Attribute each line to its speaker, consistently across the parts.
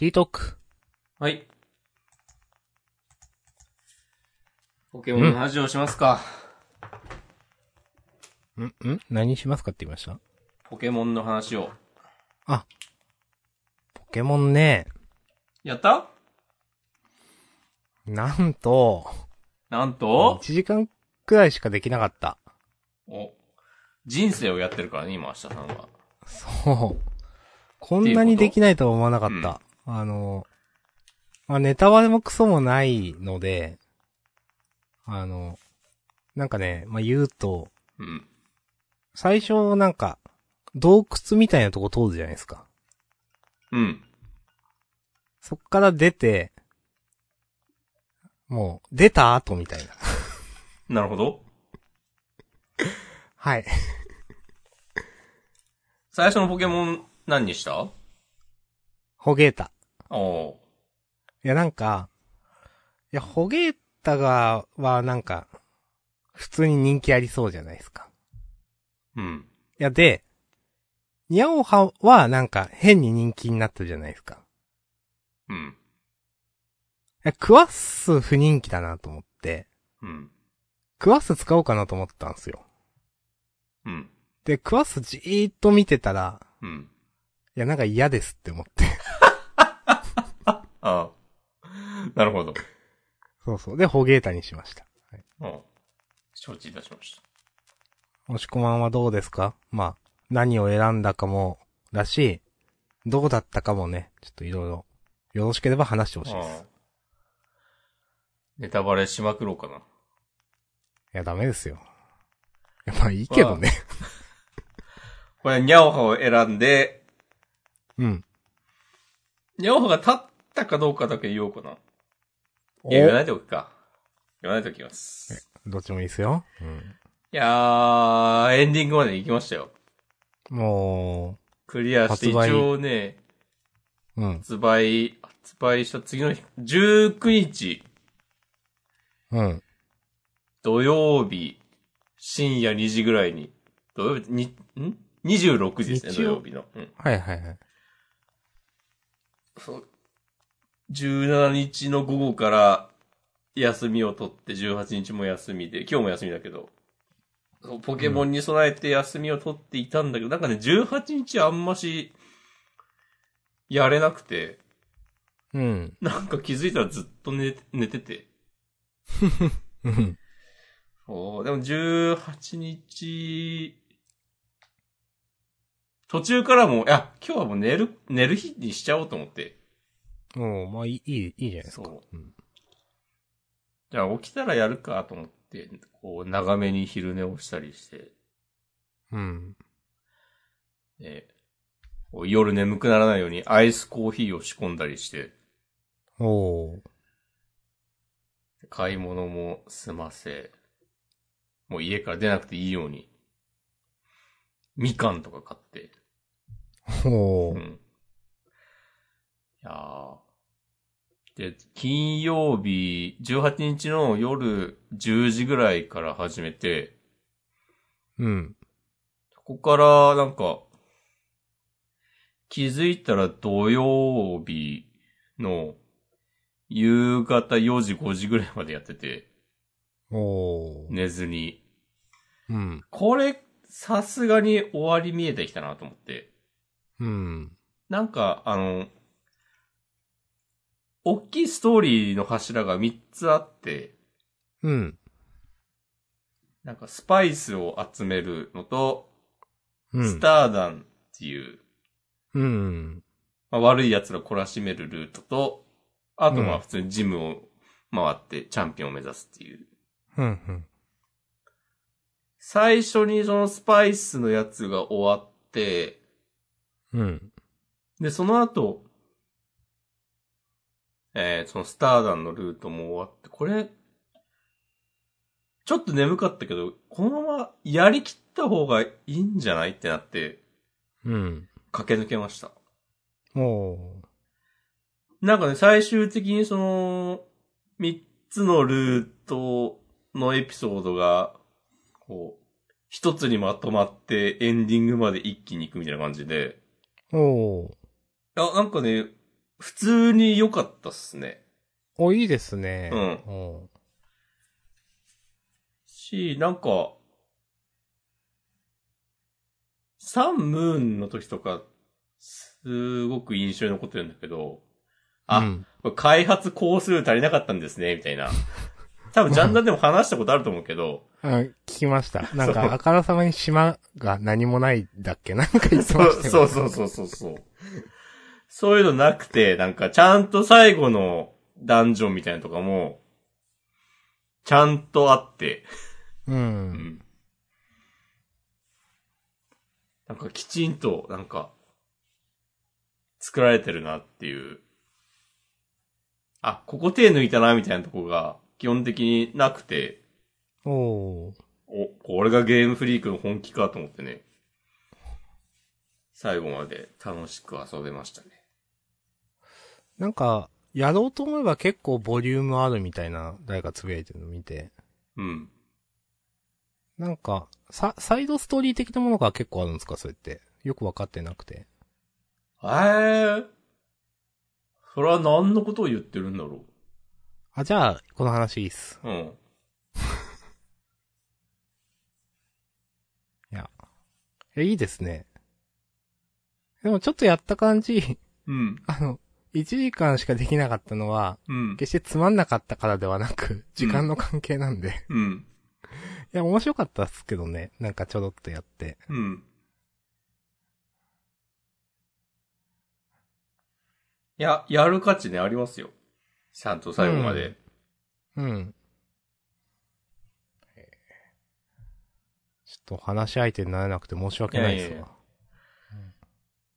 Speaker 1: リートーク。
Speaker 2: はい。ポケモンの話をしますか。
Speaker 1: んん何しますかって言いました
Speaker 2: ポケモンの話を。
Speaker 1: ポケモンね、
Speaker 2: やった
Speaker 1: なんと、
Speaker 2: なん
Speaker 1: 1
Speaker 2: と、
Speaker 1: 時間くらいしかできなかった。
Speaker 2: お、人生をやってるからね、今、明日さんは。
Speaker 1: そう。こんなにできないとは思わなかった。あの、まあ、ネタバレもクソもないので、あの、なんかね、まあ、言うと、
Speaker 2: うん。
Speaker 1: 最初なんか、洞窟みたいなとこ通るじゃないですか。
Speaker 2: うん。
Speaker 1: そっから出て、もう、出た後みたいな。
Speaker 2: なるほど。
Speaker 1: はい。
Speaker 2: 最初のポケモン、何にした
Speaker 1: ホゲータ。
Speaker 2: お
Speaker 1: いや、なんか、いや、ホゲータが、はなんか、普通に人気ありそうじゃないですか。
Speaker 2: ーうん。
Speaker 1: いや、で、ニャオハはなんか変に人気になったじゃないですか。い
Speaker 2: うん。
Speaker 1: や、クワッス不人気だなと思って、
Speaker 2: うん。
Speaker 1: クワッス使おうかなと思ったんですよ。
Speaker 2: うん。
Speaker 1: で、クワッスじーっと見てたら、
Speaker 2: うん。
Speaker 1: いや、なんか嫌ですって思って。
Speaker 2: ああ。なるほど。
Speaker 1: そうそう。で、ホゲータにしました。はい、
Speaker 2: うん。承知いたしました。
Speaker 1: 押し込まんはどうですかまあ、何を選んだかも、だし、どうだったかもね、ちょっといろいろ、よろしければ話してほしいです。
Speaker 2: ああネタバレしまくろうかな。
Speaker 1: いや、ダメですよ。いや、まあいいけどね。
Speaker 2: これ、ニャオハを選んで、
Speaker 1: うん。
Speaker 2: ニャオハが立ったかどうかだけ言おうかな。いや、言わないでおくか。言わないでおきます。
Speaker 1: どっちもいいですよ。うん。
Speaker 2: いやー、エンディングまで行きましたよ。
Speaker 1: も
Speaker 2: クリアして、
Speaker 1: 発売
Speaker 2: 一応ね、
Speaker 1: う、うん、
Speaker 2: 発売、発売した次の日、19日、
Speaker 1: うん。
Speaker 2: 土曜日、深夜2時ぐらいに、土曜日、に、ん ?26 時ですね、
Speaker 1: 日
Speaker 2: 土
Speaker 1: 曜
Speaker 2: 曜日の。うん。
Speaker 1: はいはいはい。
Speaker 2: そう。17日の午後から休みを取って、18日も休みで、今日も休みだけど、そうポケモンに備えて休みを取っていたんだけど、なんかね、18日あんまし、やれなくて、
Speaker 1: うん。
Speaker 2: なんか気づいたらずっと寝て寝てて。
Speaker 1: うん。
Speaker 2: そう、でも18日、途中からもう、いや、今日はもう寝る、寝る日にしちゃおうと思って。
Speaker 1: もう、まあいい、いい、いいじゃないです
Speaker 2: そ
Speaker 1: か。
Speaker 2: う。
Speaker 1: うん
Speaker 2: じゃあ起きたらやるかと思って、こう、長めに昼寝をしたりして、
Speaker 1: うん。
Speaker 2: ね、こう夜眠くならないようにアイスコーヒーを仕込んだりして、
Speaker 1: おー。
Speaker 2: 買い物も済ませ、もう家から出なくていいように、みかんとか買って、
Speaker 1: お
Speaker 2: う
Speaker 1: ー。
Speaker 2: ん。いやーで、金曜日、18日の夜10時ぐらいから始めて、
Speaker 1: うん。
Speaker 2: ここから、なんか、気づいたら土曜日の夕方4時5時ぐらいまでやってて、
Speaker 1: おー。
Speaker 2: 寝ずに。
Speaker 1: うん。
Speaker 2: これ、さすがに終わり見えてきたなと思って。
Speaker 1: うん。
Speaker 2: なんか、あの、大きいストーリーの柱が3つあって、
Speaker 1: うん。
Speaker 2: なんかスパイスを集めるのと、
Speaker 1: うん。
Speaker 2: スターダンっていう
Speaker 1: うん。
Speaker 2: まあ、悪い奴ら懲らしめるルートと、あとま
Speaker 1: う
Speaker 2: あ
Speaker 1: ん
Speaker 2: 普通にジムを回ってチャンピオンを目指すっていう。
Speaker 1: うん。うん。
Speaker 2: 最初にそのスパイスのやつが終わって、
Speaker 1: うん。
Speaker 2: で、その後、えー、そのスターダンのルートも終わって、これ、ちょっと眠かったけど、このままやりきった方がいいんじゃないってなって、
Speaker 1: うん。
Speaker 2: 駆け抜けました。
Speaker 1: おー。
Speaker 2: なんかね、最終的にその、三つのルートのエピソードが、こう、一つにまとまってエンディングまで一気に行くみたいな感じで、
Speaker 1: おー。
Speaker 2: あ、なんかね、普通に良かったっすね。
Speaker 1: お、いいですね。
Speaker 2: うん
Speaker 1: お
Speaker 2: し、なんか、サンムーンの時とか、すごく印象に残ってるんだけど、あ、
Speaker 1: うん
Speaker 2: これ開発工数足りなかったんですね、みたい な。多分ジャンダンでも話したことあると思うけど、
Speaker 1: あ聞きま した。なんか、あからさまに島が何もないだっけ なんか言って
Speaker 2: そ
Speaker 1: ま
Speaker 2: う
Speaker 1: したよね
Speaker 2: そうそうそうそうそう。そういうのなくて、なんかちゃんと最後のダンジョンみたいなのとかも、ちゃんとあって、
Speaker 1: う。
Speaker 2: うんん。なんかきちんと、なんか、作られてるなっていう。あ、ここ手抜いたな、みたいなとこが基本的になくて、
Speaker 1: おー
Speaker 2: お、これがゲームフリークの本気かと思ってね。最後まで楽しく遊べましたね。
Speaker 1: なんか、やろうと思えば結構ボリュームあるみたいな、誰かつぶやいてるの見て。
Speaker 2: うん。
Speaker 1: なんか、サ、サイドストーリー的なものが結構あるんですかそれって。よくわかってなくて。
Speaker 2: ええそれは何のことを言ってるんだろ
Speaker 1: あ、じゃあ、この話いいっす。
Speaker 2: う。うん。
Speaker 1: いや。え、いいですね。でもちょっとやった感じ、
Speaker 2: うん。
Speaker 1: あの、1時間しかできなかったのは、
Speaker 2: うん。
Speaker 1: 決してつまんなかったからではなく、時間の関係なんで。 い
Speaker 2: うん。
Speaker 1: や、面白かったっすけどね。なんかちょろっとやって。
Speaker 2: うん。いや、やる価値ね、ありますよ。ちゃんと最後まで。
Speaker 1: うん。ちょっと話し相手になれなくて申し訳ないっすわ。
Speaker 2: いやいやいや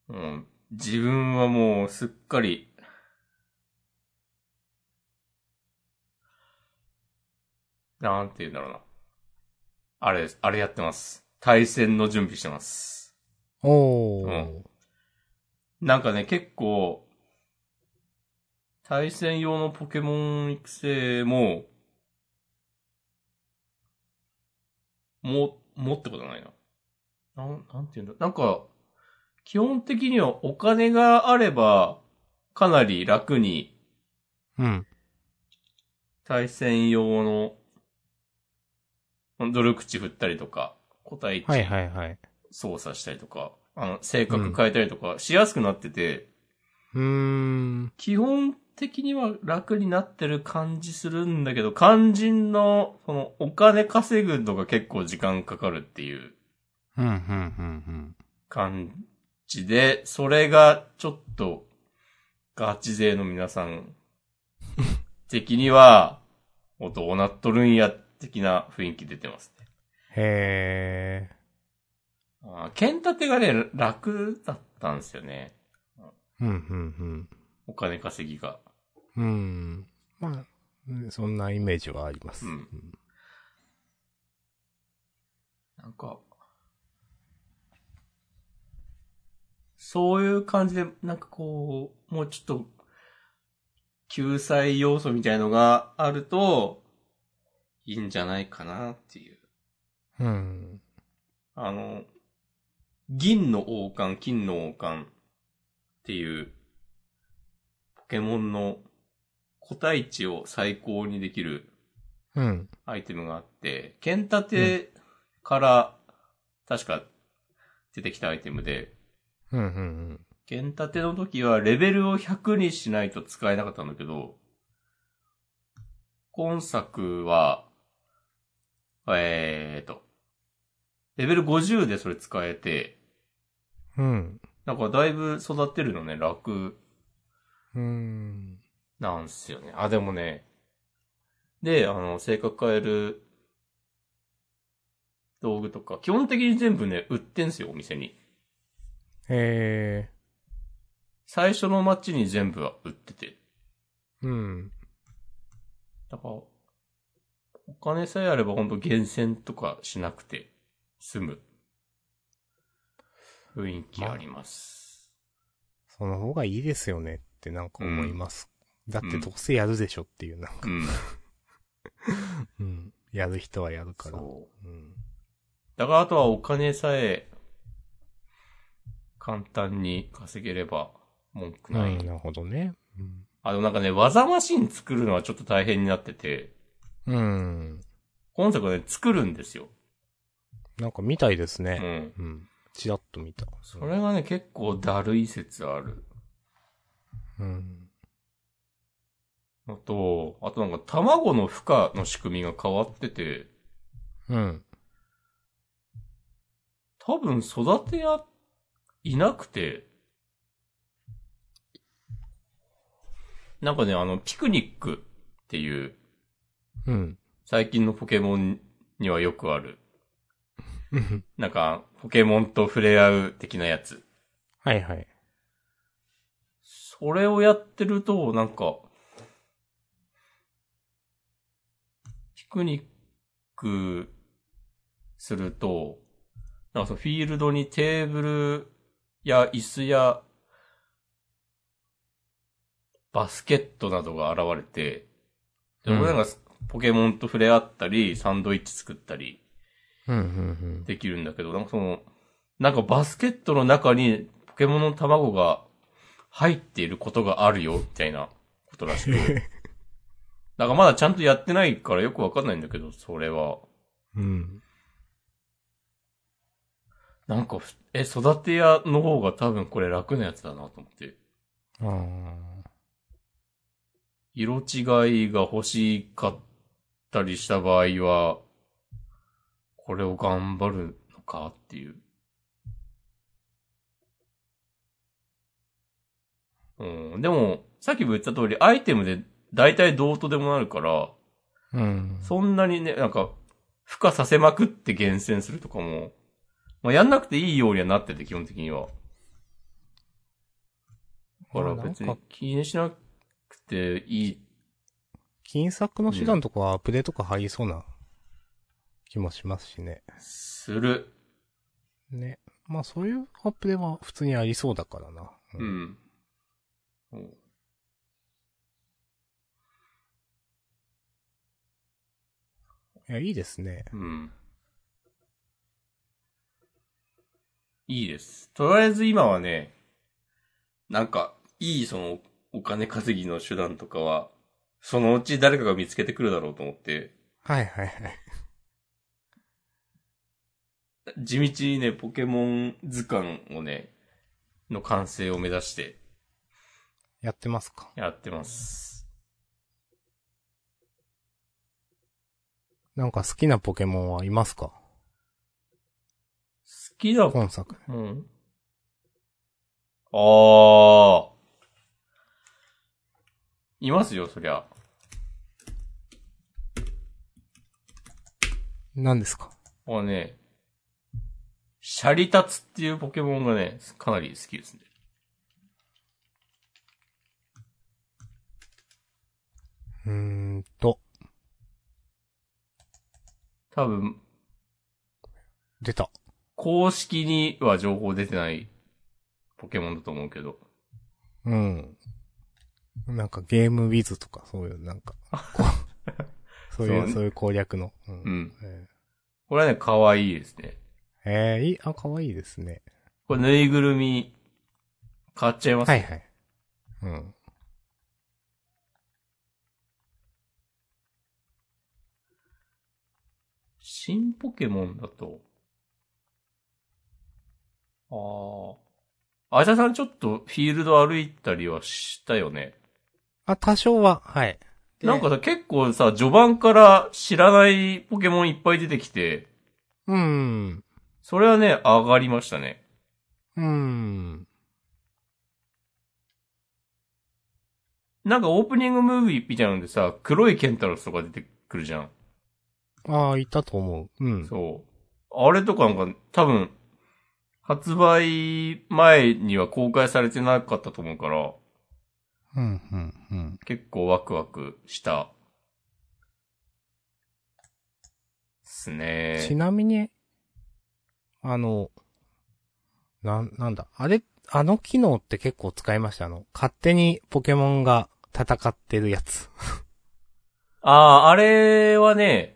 Speaker 2: うん。自分はもうすっかり、なんて言うんだろうな。あれです、あれやってます。対戦の準備してます。
Speaker 1: おー。
Speaker 2: うんなんかね、結構、対戦用のポケモン育成も、も、もってことはないな。なん、なんて言うんだ。なんか、基本的にはお金があれば、かなり楽に
Speaker 1: うん。
Speaker 2: 対戦用の、努力値振ったりとか、個体
Speaker 1: はい
Speaker 2: 値
Speaker 1: はいはい。
Speaker 2: 操作したりとか、あの、性格変えたりとかしやすくなってて、
Speaker 1: うーん。
Speaker 2: 基本的には楽になってる感じするんだけど、肝心の、その、お金稼ぐのが結構時間かかるっていう
Speaker 1: うん、うん、うん、
Speaker 2: 感じで、それがちょっと、ガチ勢の皆さん 的には、おどうなっとるんや、的な雰囲気出てますね。
Speaker 1: うん。へ
Speaker 2: あー剣立てがね、楽だったんですよね。
Speaker 1: ー。うん、うん、
Speaker 2: お金稼ぎが。
Speaker 1: うん。うん。まあ、うんそんなイメージはあります。
Speaker 2: うん
Speaker 1: ん
Speaker 2: なんか、そういう感じで、なんかこう、もうちょっと、救済要素みたいのがあると、いいんじゃないかなっていう。
Speaker 1: うん。
Speaker 2: あの、銀の王冠、金の王冠っていう、ポケモンの個体値を最高にできる
Speaker 1: うん。
Speaker 2: アイテムがあって、剣立てから、確か出てきたアイテムで、
Speaker 1: うん、うん、
Speaker 2: 剣立ての時はレベルを100にしないと使えなかったんだけど、今作は、えーと、レベル50でそれ使えて、
Speaker 1: うん。
Speaker 2: なんかだいぶ育てるのね、楽
Speaker 1: うん。うん。
Speaker 2: なんすよね。あ、でもね。で、あの、性格変える道具とか、基本的に全部ね、売ってんすよ、お店に。
Speaker 1: へ
Speaker 2: 最初の街に全部は売ってて。
Speaker 1: ー。うん。
Speaker 2: だから、お金さえあればほんと厳選とかしなくて済む雰囲気あります。
Speaker 1: その方がいいですよねってなんか思います。だってどうせやるでしょっていう、なんか、
Speaker 2: う
Speaker 1: う
Speaker 2: ん。
Speaker 1: ん。やる人はやるから。う
Speaker 2: そう。
Speaker 1: ん。
Speaker 2: だからあとはお金さえ簡単に稼げれば文句
Speaker 1: うん
Speaker 2: ない。
Speaker 1: なるほどね。うん
Speaker 2: あ、でもなんかね、技マシン作るのはちょっと大変になってて、
Speaker 1: うん。
Speaker 2: 今作はね、作るんですよ。
Speaker 1: なんか見たいです
Speaker 2: う
Speaker 1: ね。
Speaker 2: ん。
Speaker 1: うん。ちらっと見た。
Speaker 2: それがね、結構だるい説ある
Speaker 1: うん。
Speaker 2: のと、あとなんか卵の孵化の仕組みが変わってて、
Speaker 1: うん。
Speaker 2: 多分育てや、いなくて、なんかね、あの、ピクニックっていう、
Speaker 1: うん。
Speaker 2: 最近のポケモンにはよくあ る、なんか、ポケモンと触れ合う的なやつ。
Speaker 1: はいはい。
Speaker 2: それをやってると、なんか、ピクニックすると、なんかそのフィールドにテーブルや椅子やバスケットなどが現れて、で
Speaker 1: うん
Speaker 2: 俺なんかポケモンと触れ合ったり、サンドイッチ作ったり
Speaker 1: うん、うん、
Speaker 2: できるんだけど、なんかその、なんかバスケットの中にポケモンの卵が入っていることがあるよ、みたいなことらしく。なんかまだちゃんとやってないからよくわかんないんだけど、それは。
Speaker 1: うん。うん。
Speaker 2: なんかふ、え、育て屋の方が多分これ楽なやつだなと思って。
Speaker 1: あ
Speaker 2: 色違いが欲しかったりした場合は、これを頑張るのかっていう。うん、でも、さっきも言った通り、アイテムで大体どうとでもなるから、
Speaker 1: ーうん。
Speaker 2: そんなにね、なんか、孵化させまくって厳選するとかも、まあ、やんなくていいようにはなってて、基本的には。だから別
Speaker 1: な
Speaker 2: に
Speaker 1: んか
Speaker 2: 気にしなくていい
Speaker 1: 金策の手段とかはアプデとか入りそうな気もしますしね。
Speaker 2: する。
Speaker 1: ね。まあそういうアップデは普通にありそうだからな。う
Speaker 2: うんん。そう
Speaker 1: いや、いいですね。
Speaker 2: うん。いいです。とりあえず今はね、なんか、いいその、お金稼ぎの手段とかは、そのうち誰かが見つけてくるだろうと思って、
Speaker 1: はいはいはい。
Speaker 2: 地道にね、ポケモン図鑑をね、の完成を目指して
Speaker 1: やってますか。
Speaker 2: やってます。
Speaker 1: なんか好きなポケモンはいますか
Speaker 2: 好きな
Speaker 1: 今作。
Speaker 2: うん。ああ。いますよ、そりゃ。
Speaker 1: 何ですか
Speaker 2: もうね、シャリタツっていうポケモンがね、かなり好きですね。
Speaker 1: うーんと、
Speaker 2: 多分、
Speaker 1: 出た。
Speaker 2: 公式には情報出てないポケモンだと思うけど。
Speaker 1: うん。なんかゲームウィズとかそういう、なんか、 こうそうい
Speaker 2: そう
Speaker 1: う、そういう攻略の。うん
Speaker 2: うん。
Speaker 1: え
Speaker 2: これはね、可愛いですね。
Speaker 1: ーえーいい、あ、可愛いですね。
Speaker 2: これぬいぐるみ、買っちゃいます。
Speaker 1: はいはい。うん。
Speaker 2: 新ポケモンだと。ああ。あちゃさんちょっとフィールド歩いたりはしたよね。
Speaker 1: あ、多少は、はい。で
Speaker 2: なんかさ、結構さ、序盤から知らないポケモンいっぱい出てきて、
Speaker 1: うん。
Speaker 2: それはね、上がりましたね。
Speaker 1: うん。
Speaker 2: なんかオープニングムービーみたいなのでさ、黒いケンタロスとか出てくるじゃん。
Speaker 1: ああ、いたと思う。うん。
Speaker 2: そう。あれとかなんか多分、発売前には公開されてなかったと思うから、
Speaker 1: うん、うん、うん。
Speaker 2: 結構ワクワクした。っ
Speaker 1: ち
Speaker 2: すね。
Speaker 1: なみに、あの、なん、なんだ、あれ、あの機能って結構使いました。あの、勝手にポケモンが戦ってるやつ。
Speaker 2: ああー、あれはね、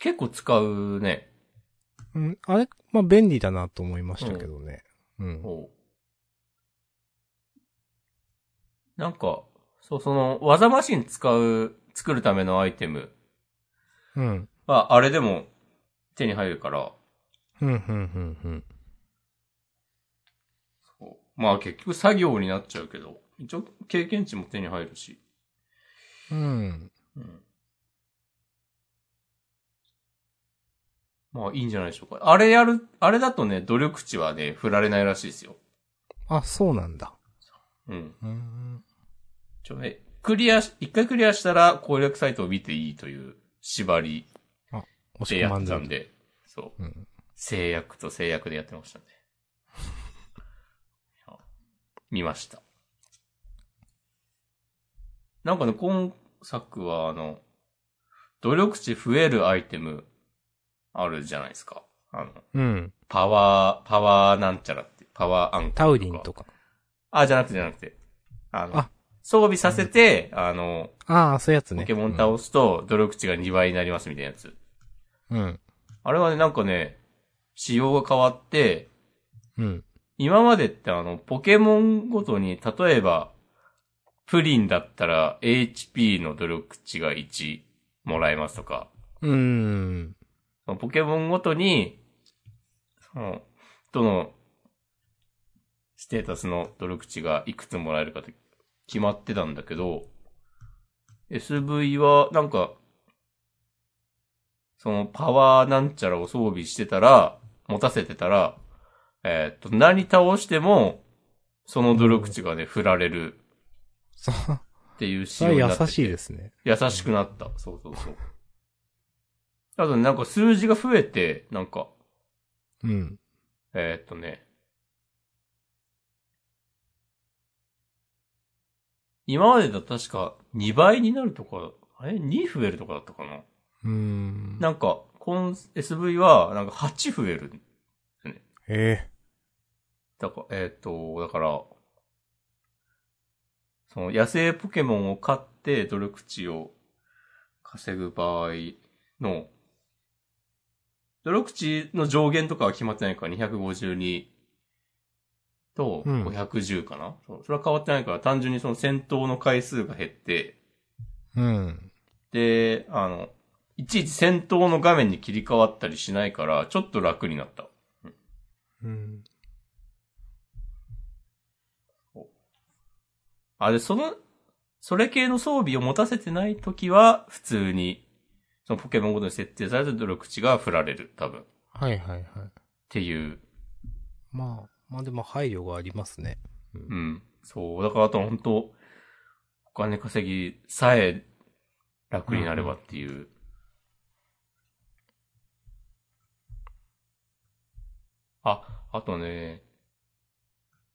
Speaker 2: 結構使うね。
Speaker 1: うん、あれ、まあ、便利だなと思いましたけどね。うん。
Speaker 2: ほなんか、そう、その、技マシン使う、作るためのアイテム
Speaker 1: うん。
Speaker 2: は、あれでも手に入るから、
Speaker 1: うん、うん、うん、うん。
Speaker 2: まあ結局作業になっちゃうけど、一応経験値も手に入るし。
Speaker 1: うん。
Speaker 2: うん。まあいいんじゃないでしょうか。あれやる、あれだとね、努力値はね、振られないらしいですよ。
Speaker 1: あ、そうなんだ。
Speaker 2: うん。
Speaker 1: うん。
Speaker 2: ちょ、ね、クリアし、一回クリアしたら攻略サイトを見ていいという縛り
Speaker 1: 押
Speaker 2: で
Speaker 1: し込
Speaker 2: や
Speaker 1: ま
Speaker 2: っ
Speaker 1: ん
Speaker 2: て
Speaker 1: だ
Speaker 2: たん。で、そう。
Speaker 1: うん。
Speaker 2: 制約と制約で やってましたね。いや見ました。なんかね、今作はあの、努力値増えるアイテムあるじゃないですか。あの、
Speaker 1: うん。
Speaker 2: パワー、パワーなんちゃらって、パワーアンコール
Speaker 1: タウリンとか。
Speaker 2: あ、じゃなくてじゃなくて。あの、
Speaker 1: あ
Speaker 2: 装備させて、あの、
Speaker 1: ああ、そういうやつね。
Speaker 2: ポケモン倒すと努力値が2倍になりますみたいなやつ。
Speaker 1: うん。
Speaker 2: あれはね、なんかね、仕様が変わって、
Speaker 1: うん。
Speaker 2: 今までってあの、ポケモンごとに、例えば、プリンだったら HP の努力値が1もらえますとか、
Speaker 1: うん。
Speaker 2: そのポケモンごとに、その、どの、ステータスの努力値がいくつもらえるかって決まってたんだけど、SV は、なんか、そのパワーなんちゃらを装備してたら、持たせてたら、えーっと、何倒しても、その努力値がね、振られる
Speaker 1: そ、
Speaker 2: っていう仕
Speaker 1: そ
Speaker 2: 様に
Speaker 1: れ
Speaker 2: な
Speaker 1: は
Speaker 2: って て
Speaker 1: 優しいですね。
Speaker 2: 優しくなった。そうそうそう。あとね、なんか数字が増えて、なんか、
Speaker 1: うん。
Speaker 2: えーっとね。今までだと確か2倍になるとか、あれ ?2 増えるとかだったかな
Speaker 1: うん。
Speaker 2: なんか、この SV は、なんか8増える。
Speaker 1: え
Speaker 2: だから、えーっと、だから、その野生ポケモンを飼って努力値を稼ぐ場合の、努力値の上限とかは決まってないから、252と
Speaker 1: うん
Speaker 2: 510かな、そうそれは変わってないから、単純にその戦闘の回数が減って、
Speaker 1: えうん。
Speaker 2: で、あの、いちいち戦闘の画面に切り替わったりしないから、ちょっと楽になった。
Speaker 1: うん。
Speaker 2: あ、で、その、それ系の装備を持たせてないときは、普通に、そのポケモンごとに設定された努力値が振られる、多分。っ
Speaker 1: はいはいはい。
Speaker 2: ていう。
Speaker 1: まあ、まあでも配慮がありますね。
Speaker 2: うん。そう。だから、あとは本当お金稼ぎさえ楽になればっていう。あ、あとね、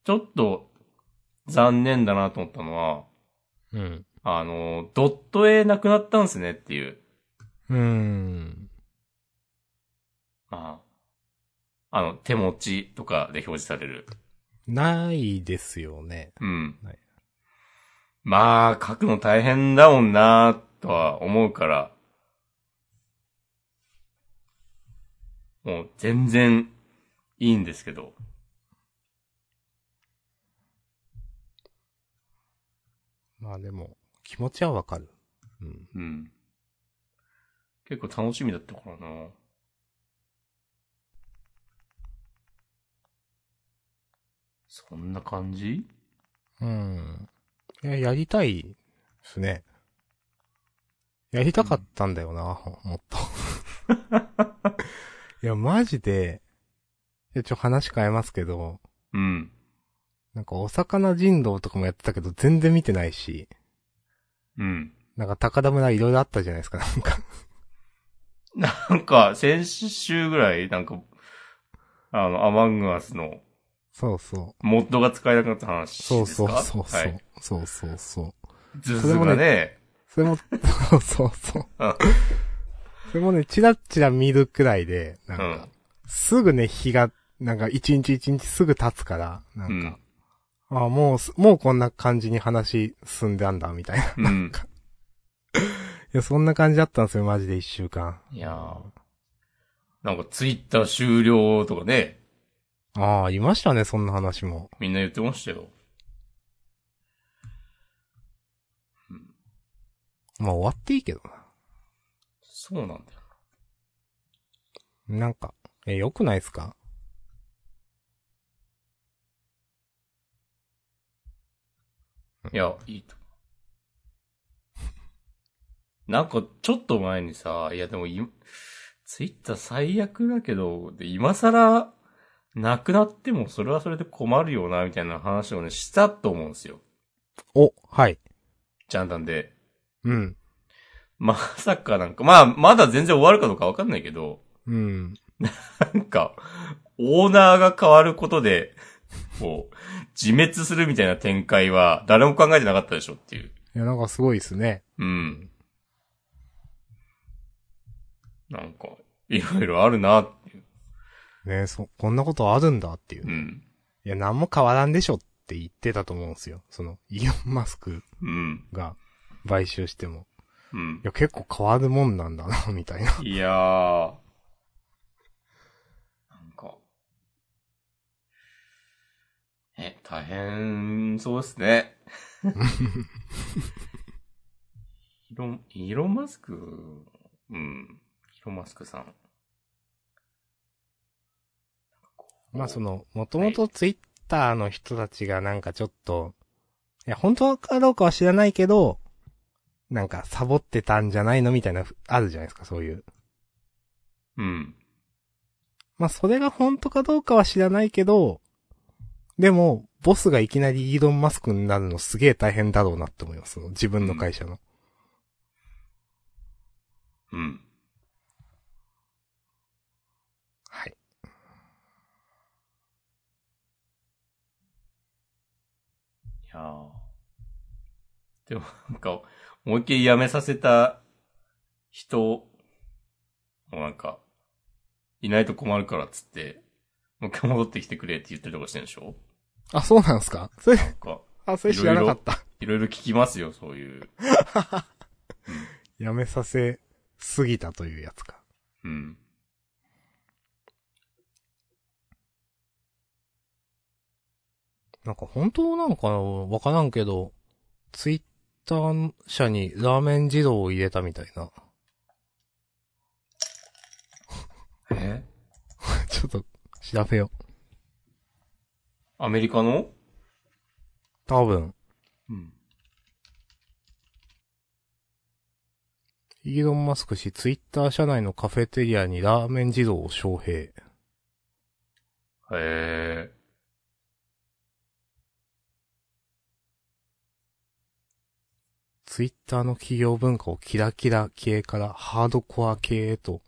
Speaker 2: ちょっと残念だなと思ったのは、
Speaker 1: うん。
Speaker 2: あの、ドット絵なくなったんすねっていう。
Speaker 1: うん。
Speaker 2: まあ、あの、手持ちとかで表示される。
Speaker 1: ないですよね。
Speaker 2: うん。
Speaker 1: はい
Speaker 2: まあ、書くの大変だもんな、とは思うから。もう、全然、いいんですけど。
Speaker 1: まあでも、気持ちはわかる。うん。
Speaker 2: うん。結構楽しみだったからな。そんな感じ
Speaker 1: うん。いや、やりたいですね。やりたかったんだよな、もっ と。いや、マジで、いやちょ、話変えますけど、
Speaker 2: うん。
Speaker 1: なんか、お魚人道とかもやってたけど、全然見てないし、
Speaker 2: うん。
Speaker 1: なんか、高田村いろいろあったじゃないですか、なんか。
Speaker 2: なんか、先週ぐらい、なんか、あの、アマングアスの
Speaker 1: そうそう。
Speaker 2: モッドが使えなくなった話です
Speaker 1: そ
Speaker 2: か
Speaker 1: うそうそうそう。
Speaker 2: はい。
Speaker 1: そうそうそう。
Speaker 2: ズ
Speaker 1: そ
Speaker 2: ズ
Speaker 1: れもね
Speaker 2: がね、
Speaker 1: そ れも、そうそうそう。
Speaker 2: うん
Speaker 1: それもね、チラッチラ見るくらいで、なん
Speaker 2: う
Speaker 1: か、
Speaker 2: ん。
Speaker 1: すぐね、日が、なんか一日一日すぐ経つから、な
Speaker 2: うん
Speaker 1: か
Speaker 2: ん、。
Speaker 1: あもうす、もうこんな感じに話進んであんだ、みたいな。い
Speaker 2: うん。
Speaker 1: や、そんな感じだったんですよ、マジで一週間。
Speaker 2: いやーなんか、ツイッター終了とかね、
Speaker 1: ああ、いましたね、そんな話も。
Speaker 2: みんな言ってましたよ。
Speaker 1: まあ終わっていいけど
Speaker 2: そうなんだよな。
Speaker 1: な。なんか、え、良くないですか
Speaker 2: いや、いいと思う。なんか、ちょっと前にさ、いやでもい、ツイッター最悪だけど、で今更、なくなってもそれはそれで困るよな、みたいな話をね、したと思うんですよ。
Speaker 1: お、はい。
Speaker 2: ジャンダンで。
Speaker 1: うん。
Speaker 2: まさかなんか、まあ、まだ全然終わるかどうかわかんないけど、
Speaker 1: うん。
Speaker 2: なんか、オーナーが変わることで、こう、自滅するみたいな展開は誰も考えてなかったでしょっていう。
Speaker 1: いや、なんかすごいですね。
Speaker 2: うん。なんか、いろいろあるなっていう。
Speaker 1: ねそ、こんなことあるんだっていう。
Speaker 2: う
Speaker 1: い
Speaker 2: ん。
Speaker 1: や、なんも変わらんでしょって言ってたと思うんですよ。その、イーロン・マスク
Speaker 2: うん。
Speaker 1: が買収しても。
Speaker 2: うん
Speaker 1: い。や、結構変わるもんなんだな、み たいな。
Speaker 2: いやー。なんか。え、大変、そうですね。イロン、イーロンマスク、うん。イーロンマスクさん。
Speaker 1: まあその、もともとツイッターの人たちがなんかちょっと、いや、本当かどうかは知らないけど、なんかサボってたんじゃないのみたいな、ふあるじゃないですか、そういう。
Speaker 2: うん。
Speaker 1: まあそれが本当かどうかは知らないけど、でも、ボスがいきなりイーロン・マスクになるのすげえ大変だろうなって思います、その自分の会社の。
Speaker 2: うん。
Speaker 1: はい。
Speaker 2: いやーでもなんか、思いっきり辞めさせた人、もうなんか、いないと困るからっつって、もう一回戻ってきてくれって言ってるとかしてるんでしょ
Speaker 1: あ、そうなんですかそれ、
Speaker 2: なんか、
Speaker 1: あ、それ知らなかった。
Speaker 2: いろいろ聞きますよ、そういう。
Speaker 1: やめさせすぎたというやつか。
Speaker 2: うん。
Speaker 1: なんか本当なのかなわからんけど、ツイッター社にラーメン二郎を入れたみたいな。
Speaker 2: え
Speaker 1: ちょっと、調べよう。
Speaker 2: アメリカの
Speaker 1: 多分、
Speaker 2: うん。
Speaker 1: イーロン・マスク氏、ツイッター社内のカフェテリアにラーメン二郎を招聘。
Speaker 2: へえ。
Speaker 1: ツイッターの企業文化をキラキラ系からハードコア系へと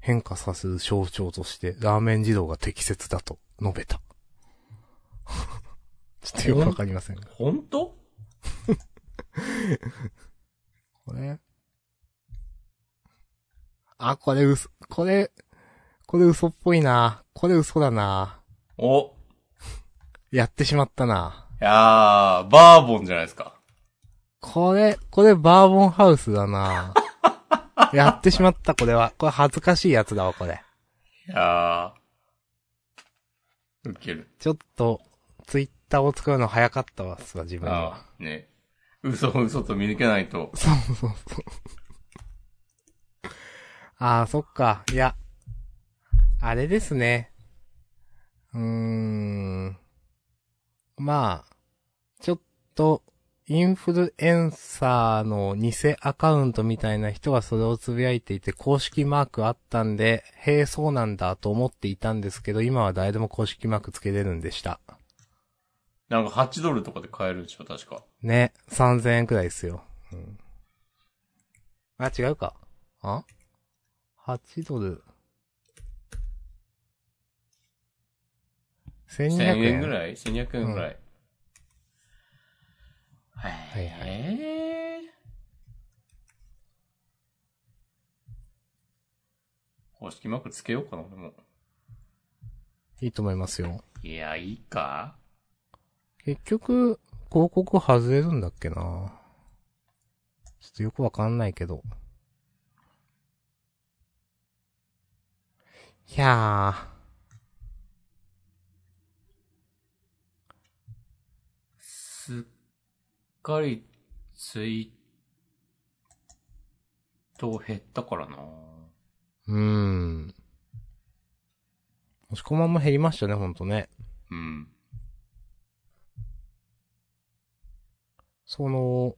Speaker 1: 変化させる象徴として、ラーメン二郎が適切だと述べた。 ちょっとよくわかりませんが。
Speaker 2: ほんと
Speaker 1: これ。あ、これ嘘、これ、これ嘘っぽいな。これ嘘だな。
Speaker 2: お
Speaker 1: やってしまったな。
Speaker 2: いやー、バーボンじゃないですか。
Speaker 1: これ、これバーボンハウスだ な。やってしまった、これは。これ恥ずかしいやつだわ、これ。
Speaker 2: いやー。ウケる。
Speaker 1: ちょっと、ツイッターを使うの早かったわ、すわ、自分は。
Speaker 2: ああ、ね。嘘を嘘と見抜けないと。
Speaker 1: そうそうそう。 ああ、そっか。いや、あれですね。うーん。まあ、ちょっと、インフルエンサーの偽アカウントみたいな人がそれをつぶやいていて、公式マークあったんで、へえ、そうなんだと思っていたんですけど、今は誰でも公式マークつけれるんでした。
Speaker 2: なんか8ドルとかで買えるんでしょ、確か。
Speaker 1: ね、3000円くらいですよ。うん、あ、違うか。あ ?8 ドル。1200
Speaker 2: 1000
Speaker 1: 円。
Speaker 2: 円ぐらい ?1200 円ぐらい。はい
Speaker 1: はい
Speaker 2: え公式マークつけようかな、俺も。
Speaker 1: いいと思いますよ。
Speaker 2: いや、いいか
Speaker 1: 結局、広告外れるんだっけなちょっとよくわかんないけど。いやー。
Speaker 2: すっかりツイと減ったからな
Speaker 1: うーん。押し込まんも減りましたね、ほんとね。
Speaker 2: うん。
Speaker 1: その、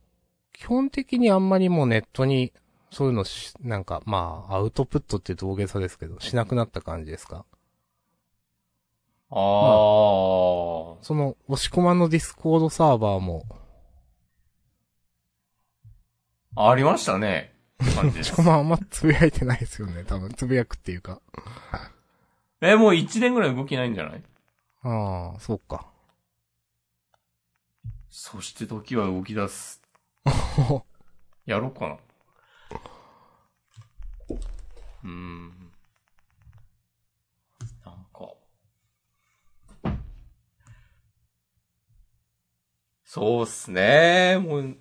Speaker 1: 基本的にあんまりもうネットに、そういうのし、なんか、まあ、アウトプットって言うと大げさですけど、しなくなった感じですか
Speaker 2: ああ、
Speaker 1: その、押し込まんのディスコードサーバーも、
Speaker 2: ありましたね。感じで
Speaker 1: 押し
Speaker 2: す
Speaker 1: 込まんあんまつぶやいてないですよね、多分、つぶやくっていうか。
Speaker 2: え、もう1年ぐらい動きないんじゃない
Speaker 1: ああ、そうか。
Speaker 2: そして時は動き出 す。やろうかな。うーん。なんか。そうっすね。もう、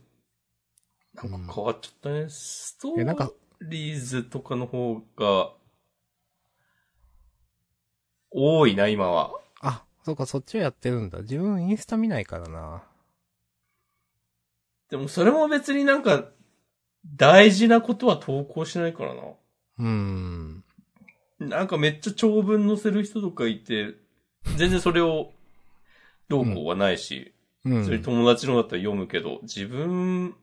Speaker 2: なんか変わっちゃったね。スト
Speaker 1: えなんか
Speaker 2: ーリーズとかの方が、多いな、今は。
Speaker 1: あ、そうか、そっちをやってるんだ。自分インスタ見ないからな。
Speaker 2: でもそれも別になんか、大事なことは投稿しないからな。
Speaker 1: うーん。
Speaker 2: なんかめっちゃ長文載せる人とかいて、全然それを、どうこうはないし、
Speaker 1: う
Speaker 2: それ
Speaker 1: ん。
Speaker 2: 友達のだったら読むけど、自分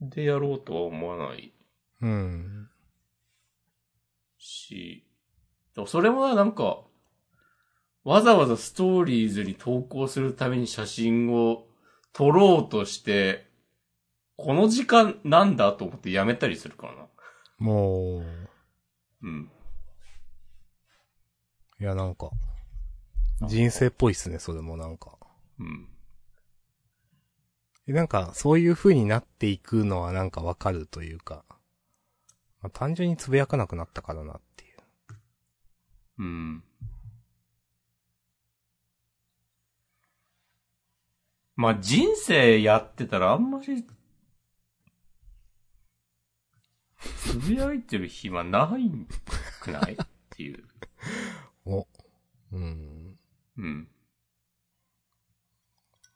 Speaker 2: でやろうとは思わない
Speaker 1: うん。
Speaker 2: し、でもそれもなんか、わざわざストーリーズに投稿するために写真を撮ろうとして、この時間なんだと思ってやめたりするからな。
Speaker 1: もう、
Speaker 2: うん。
Speaker 1: いや、なんか、人生っぽいっすね、それもなんか。
Speaker 2: うん。
Speaker 1: えなんか、そういう風になっていくのはなんかわかるというか、まあ、単純につぶやかなくなったからなっていう。
Speaker 2: うん。まあ、人生やってたらあんまり、つぶやいてる暇ないんくないっていう。
Speaker 1: お。うん。
Speaker 2: うん。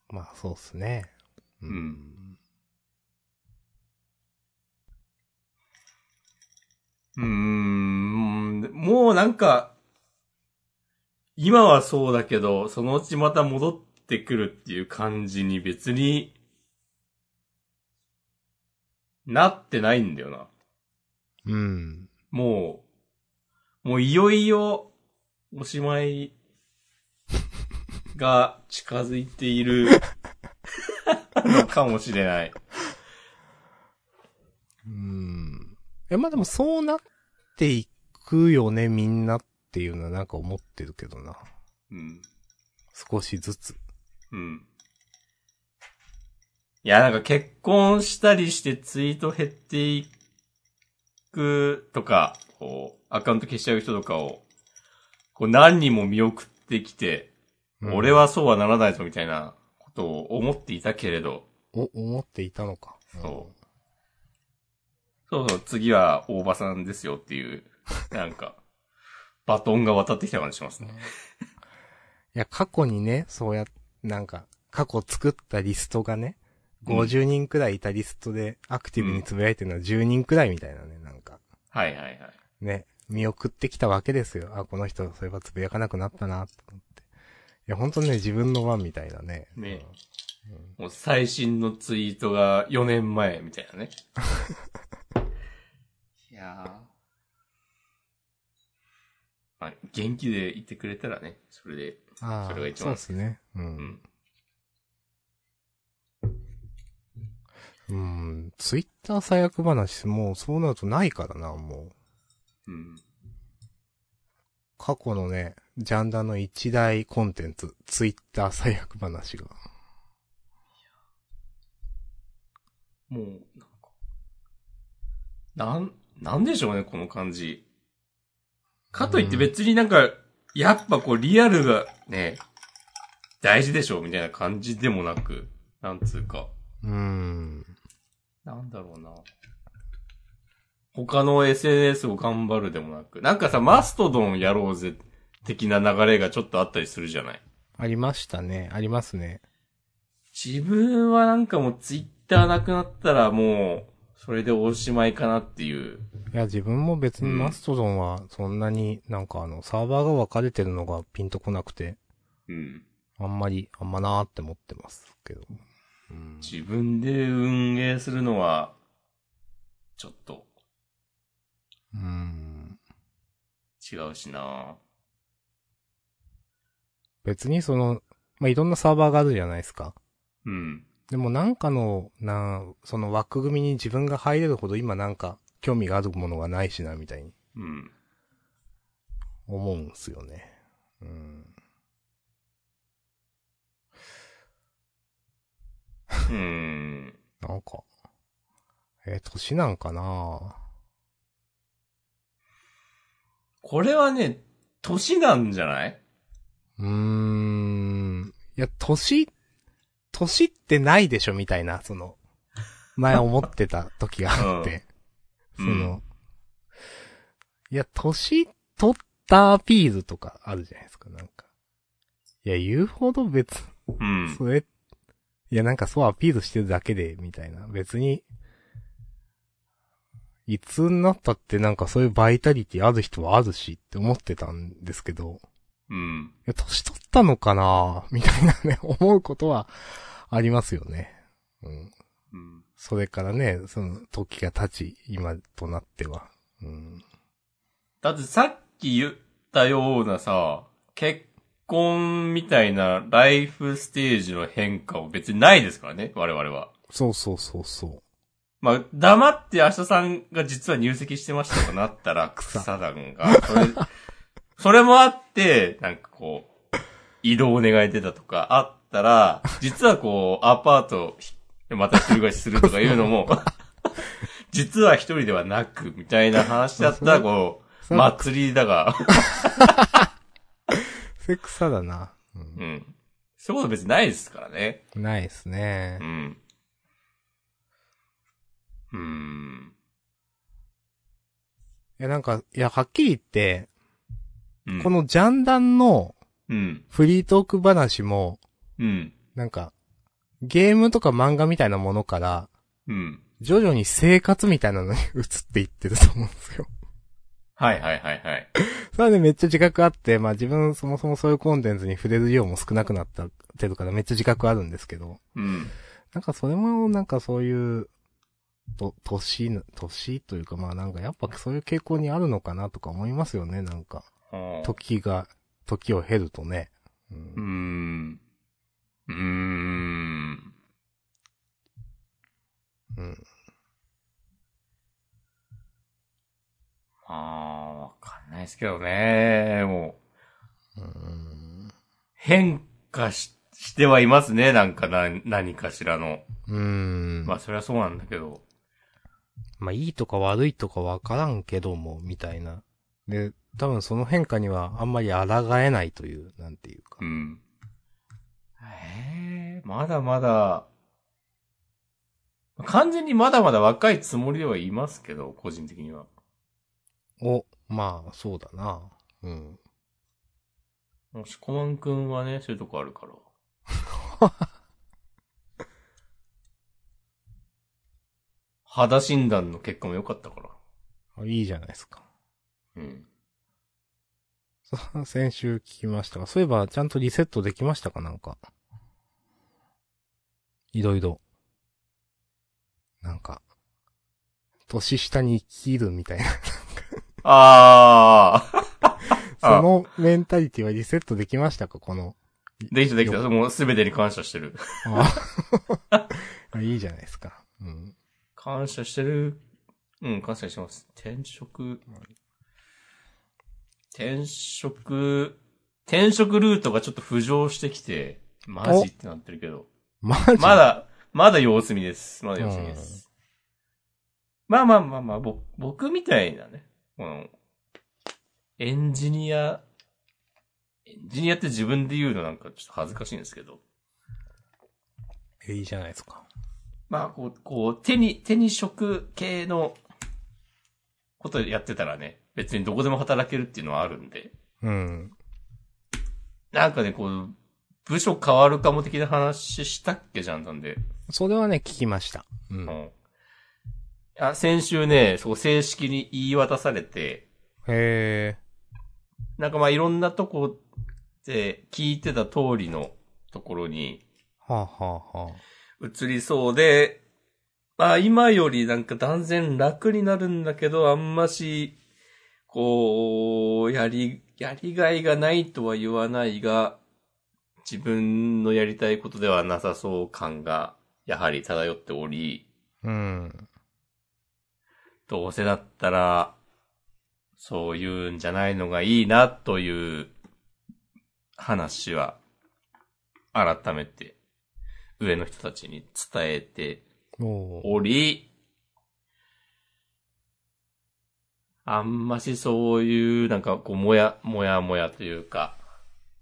Speaker 1: まあ、そうっすね。う
Speaker 2: うん。うーん。もうなんか、今はそうだけど、そのうちまた戻ってくるっていう感じに別になってないんだよな。
Speaker 1: うん。
Speaker 2: もう、もういよいよ、おしまいが近づいてい るのかもしれない。
Speaker 1: うん。え、まあでもそうなっていくよね、みんなっていうのはなんか思ってるけどな。
Speaker 2: うん。
Speaker 1: 少しずつ。
Speaker 2: うん。いや、なんか結婚したりしてツイート減っていくとか、こう、アカウント消しちゃう人とかを、こう何人も見送ってきて、
Speaker 1: うん
Speaker 2: 俺。はそうはならないぞみたいなことを思っていたけれど、
Speaker 1: お、思っていたのか。
Speaker 2: そうそうそう、次は大場さんですよっていう、なんか、 バトンが渡ってきた感じしますね。
Speaker 1: いや、過去にね、そうや、なんか、過去作ったリストがね、
Speaker 2: うん
Speaker 1: 50人くらいいたリストで、アクティブにつぶやいてるのは10人くらいみたいなね、なんか、
Speaker 2: はいはいはい。
Speaker 1: ね、見送ってきたわけですよ。あ、この人、そういえばつぶやかなくなったな、と思って。いや、ほんとね、自分の番みたいなね。
Speaker 2: ねもう最新のツイートが4年前みたいなね。 いやー。まあ、元気でいてくれたらね、それで。
Speaker 1: うんああ、
Speaker 2: それが一
Speaker 1: そう
Speaker 2: 番
Speaker 1: ですね。う。
Speaker 2: うんん。
Speaker 1: うん、ツイッター最悪話、もうそうなるとないからな、もう。
Speaker 2: うん。
Speaker 1: 過去のね、ジャンダの一大コンテンツ、ツイッター最悪話が。
Speaker 2: もう、なんか。なん、なんでしょうね、この感じ。かといって別になんか、やっぱこうリアルがね、大事でしょ、みたいな感じでもなく、なんつうか。
Speaker 1: うーん。
Speaker 2: なんだろうな。他の SNS を頑張るでもなく。なんかさ、マストドンやろうぜ、的な流れがちょっとあったりするじゃない
Speaker 1: ありましたね。ありますね。
Speaker 2: 自分はなんかもうツイッターなくなったらもう、それでおしまいかなっていう。
Speaker 1: いや、自分も別にマストドンはそんなになんかあの、サーバーが分かれてるのがピンとこなくて、
Speaker 2: うん。
Speaker 1: あんまり、あんまなーって思ってますけど。うん。
Speaker 2: 自分で運営するのは、ちょっと
Speaker 1: うん
Speaker 2: 違うしな
Speaker 1: 別にその、まあ、いろんなサーバーがあるじゃないですか。
Speaker 2: うん。
Speaker 1: でもなんかの、な、その枠組みに自分が入れるほど今なんか興味があるものがないしな、みたいに
Speaker 2: うん。
Speaker 1: 思うんすよね。うん。
Speaker 2: うん。
Speaker 1: なんか、えー年なんかな
Speaker 2: これはね、年なんじゃないう
Speaker 1: ーん。いや、年、年ってないでしょ、みたいな、その、前思ってた時があって。そ
Speaker 2: うん う
Speaker 1: の、いや、年取ったアピールとかあるじゃないですか、なんか。いや、言うほど別、
Speaker 2: うん。
Speaker 1: それ、いや、なんかそうアピールしてるだけで、みたいな。別に、いつになったってなんかそういうバイタリティある人はあるしって思ってたんですけど、
Speaker 2: うん。
Speaker 1: いや、年取ったのかなみたいなね、 思うことはありますよね。うん。
Speaker 2: うん。
Speaker 1: それからね、その時が経ち、今となっては。うん。
Speaker 2: だってさっき言ったようなさ、結婚みたいなライフステージの変化は別にないですからね、我々は。
Speaker 1: そうそうそうそう。
Speaker 2: まあ、黙って明日さんが実は入籍してましたとかなったら、
Speaker 1: 草
Speaker 2: 草さんが、それ、 それもあって、なんかこう、移動お願い出たとかあったら、実はこう、アパートひ、また一人暮らしするとかいうの も、実は一人ではなく、みたいな話だったら、こう、
Speaker 1: まあ、
Speaker 2: 祭りだが、
Speaker 1: セクサだな。うん
Speaker 2: うん。そういうこと別にないですからね。
Speaker 1: ないですね
Speaker 2: う。ん。うーん。
Speaker 1: いや、なんか、いや、はっきり言って、
Speaker 2: うん
Speaker 1: こ、のジャンダンの
Speaker 2: うん。
Speaker 1: フリートーク話も、
Speaker 2: うん。
Speaker 1: なんか、ゲームとか漫画みたいなものから、
Speaker 2: うん。
Speaker 1: 徐々に生活みたいなのに 移っていってると思うんですよ。
Speaker 2: はいはいはいはい。
Speaker 1: それはね、めっちゃ自覚あって、まあ自分そもそもそういうコンテンツに触れる量も少なくなったってるからめっちゃ自覚あるんですけど、
Speaker 2: うん。
Speaker 1: なんかそれもなんかそういう、と、年の、年というかまあなんかやっぱそういう傾向にあるのかなとか思いますよね、なんか。
Speaker 2: はあ
Speaker 1: 時が、時を経るとね。うん
Speaker 2: うーん。うーん。
Speaker 1: うん。
Speaker 2: ああ、わかんないですけどね。もう、
Speaker 1: うん。
Speaker 2: 変化し、してはいますね。なんかな、何かしらの。
Speaker 1: うん。
Speaker 2: まあ、
Speaker 1: ま、
Speaker 2: それはそうなんだけど。
Speaker 1: あ、いいとか悪いとかわからんけども、みたいな。で、多分その変化にはあんまり抗えないという、なんていうか
Speaker 2: う。ん。ええまだまだ、完全にまだまだ若いつもりではいますけど、個人的には。
Speaker 1: お、まあ、そうだな。うん。
Speaker 2: もしこまんくんはね、そういうとこある から。肌診断の結果も良かったから。
Speaker 1: あいいじゃないですか。
Speaker 2: うん。
Speaker 1: そ先週聞きましたが、そういえばちゃんとリセットできましたかなんか。いろいろ。なんか、年下に生きるみたいな。
Speaker 2: ああ
Speaker 1: そのメンタリティはリセットできましたかこの。
Speaker 2: できたできた。もうすべてに感謝してる。
Speaker 1: あ いいじゃないですか。うん。
Speaker 2: 感謝してる。うん、感謝してます。転職。転職、転職ルートがちょっと浮上してきて、マジってなってるけど。
Speaker 1: マジ
Speaker 2: まだ、まだ様子見です。まだ様子見です。まあまあまあまあ、ぼ僕みたいなね、この、エンジニア、エンジニアって自分で言うのなんかちょっと恥ずかしいんですけど、
Speaker 1: えいいじゃないですか。
Speaker 2: まあ、こう、こう、手に、手に職系のことやってたらね、別にどこでも働けるっていうのはあるんで、
Speaker 1: うん。
Speaker 2: なんかね、こう、部署変わるかも的な話したっけじゃん、なんで。
Speaker 1: それはね、聞きました。うん。
Speaker 2: うん。あ、先週ね、そう、正式に言い渡されて、
Speaker 1: へえ。
Speaker 2: なんかまあいろんなとこで聞いてた通りのところに
Speaker 1: はあ、はあはあ、
Speaker 2: 移りそうで、まあ今よりなんか断然楽になるんだけど、あんまし、こう、やり、やりがいがないとは言わないが、自分のやりたいことではなさそう感が、やはり漂っており、
Speaker 1: うん。
Speaker 2: どうせだったら、そういうんじゃないのがいいな、という話は、改めて、上の人たちに伝えて
Speaker 1: おー
Speaker 2: おり、あんましそういう、なんかこう、もや、もやもやというか、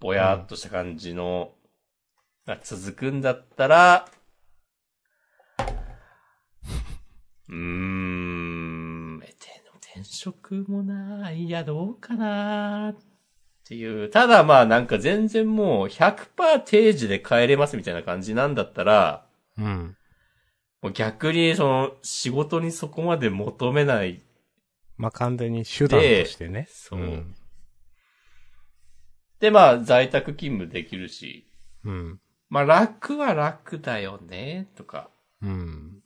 Speaker 2: ぼやっとした感じの、が続くんだったら、 うーん、えて転職もな、いや、どうかな、っていう。ただまあなんか全然もう100%定時で帰れますみたいな感じなんだったら、
Speaker 1: うん。
Speaker 2: もう逆に、その、仕事にそこまで求めない。
Speaker 1: まあ、完全に手段としてね。
Speaker 2: そう。
Speaker 1: ん
Speaker 2: で、まあ、在宅勤務できるし、
Speaker 1: うん。
Speaker 2: まあ、楽は楽だよね、とか。
Speaker 1: うん。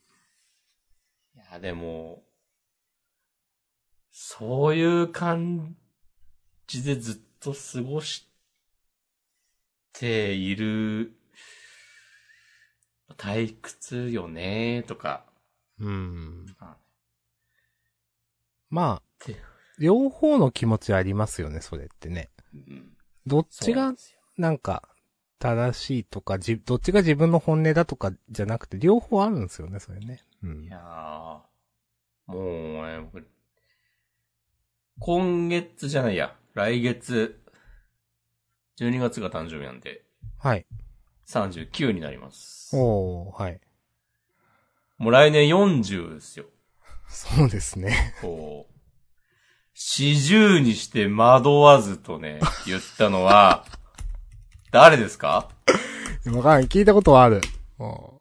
Speaker 2: いや、でも、そういう感じでずっと過ごしている、退屈よね、とか。
Speaker 1: うん。
Speaker 2: あ
Speaker 1: まあ
Speaker 2: で、
Speaker 1: 両方の気持ちありますよね、それってね。
Speaker 2: うん
Speaker 1: どっ
Speaker 2: そ
Speaker 1: ち
Speaker 2: うな
Speaker 1: が
Speaker 2: んですよ
Speaker 1: なんか、正しいとか、じ、どっちが自分の本音だとかじゃなくて、両方あるんですよね、それね。う
Speaker 2: い
Speaker 1: ん。
Speaker 2: やー、もうね、僕、今月じゃないや、来月、12月が誕生日なんで、
Speaker 1: はい。
Speaker 2: 39になります。も
Speaker 1: おー、はい。
Speaker 2: う来年40ですよ。
Speaker 1: そうですね。
Speaker 2: こう、四十にして惑わずとね、言ったのは、 誰ですか
Speaker 1: わかんない。聞いたことはある。お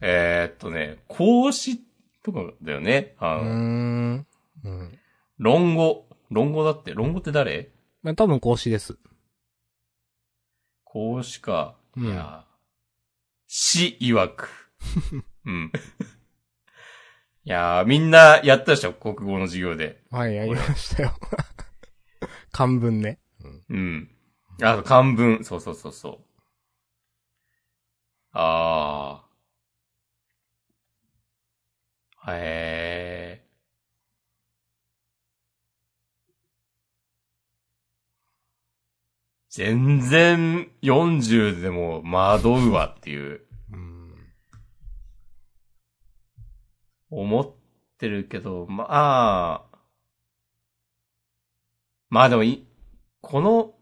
Speaker 2: えー、っとね、孔子とかだよね。あ
Speaker 1: ーうー
Speaker 2: の、
Speaker 1: ん。うん。
Speaker 2: 論語。論語だって、論語って誰
Speaker 1: まあ、多分講師です。
Speaker 2: 孔子か。
Speaker 1: うん
Speaker 2: いや、死曰 く。うん。 いやーみんなやったでしょ国語の授業で。
Speaker 1: はい、やりましたよ。 漢文ね。
Speaker 2: うん。あと、漢文。そうそうそうそう。ああ。へえ。全然40でも惑うわっていう。
Speaker 1: うん。
Speaker 2: 思ってるけど、まあ、まあでもい、この、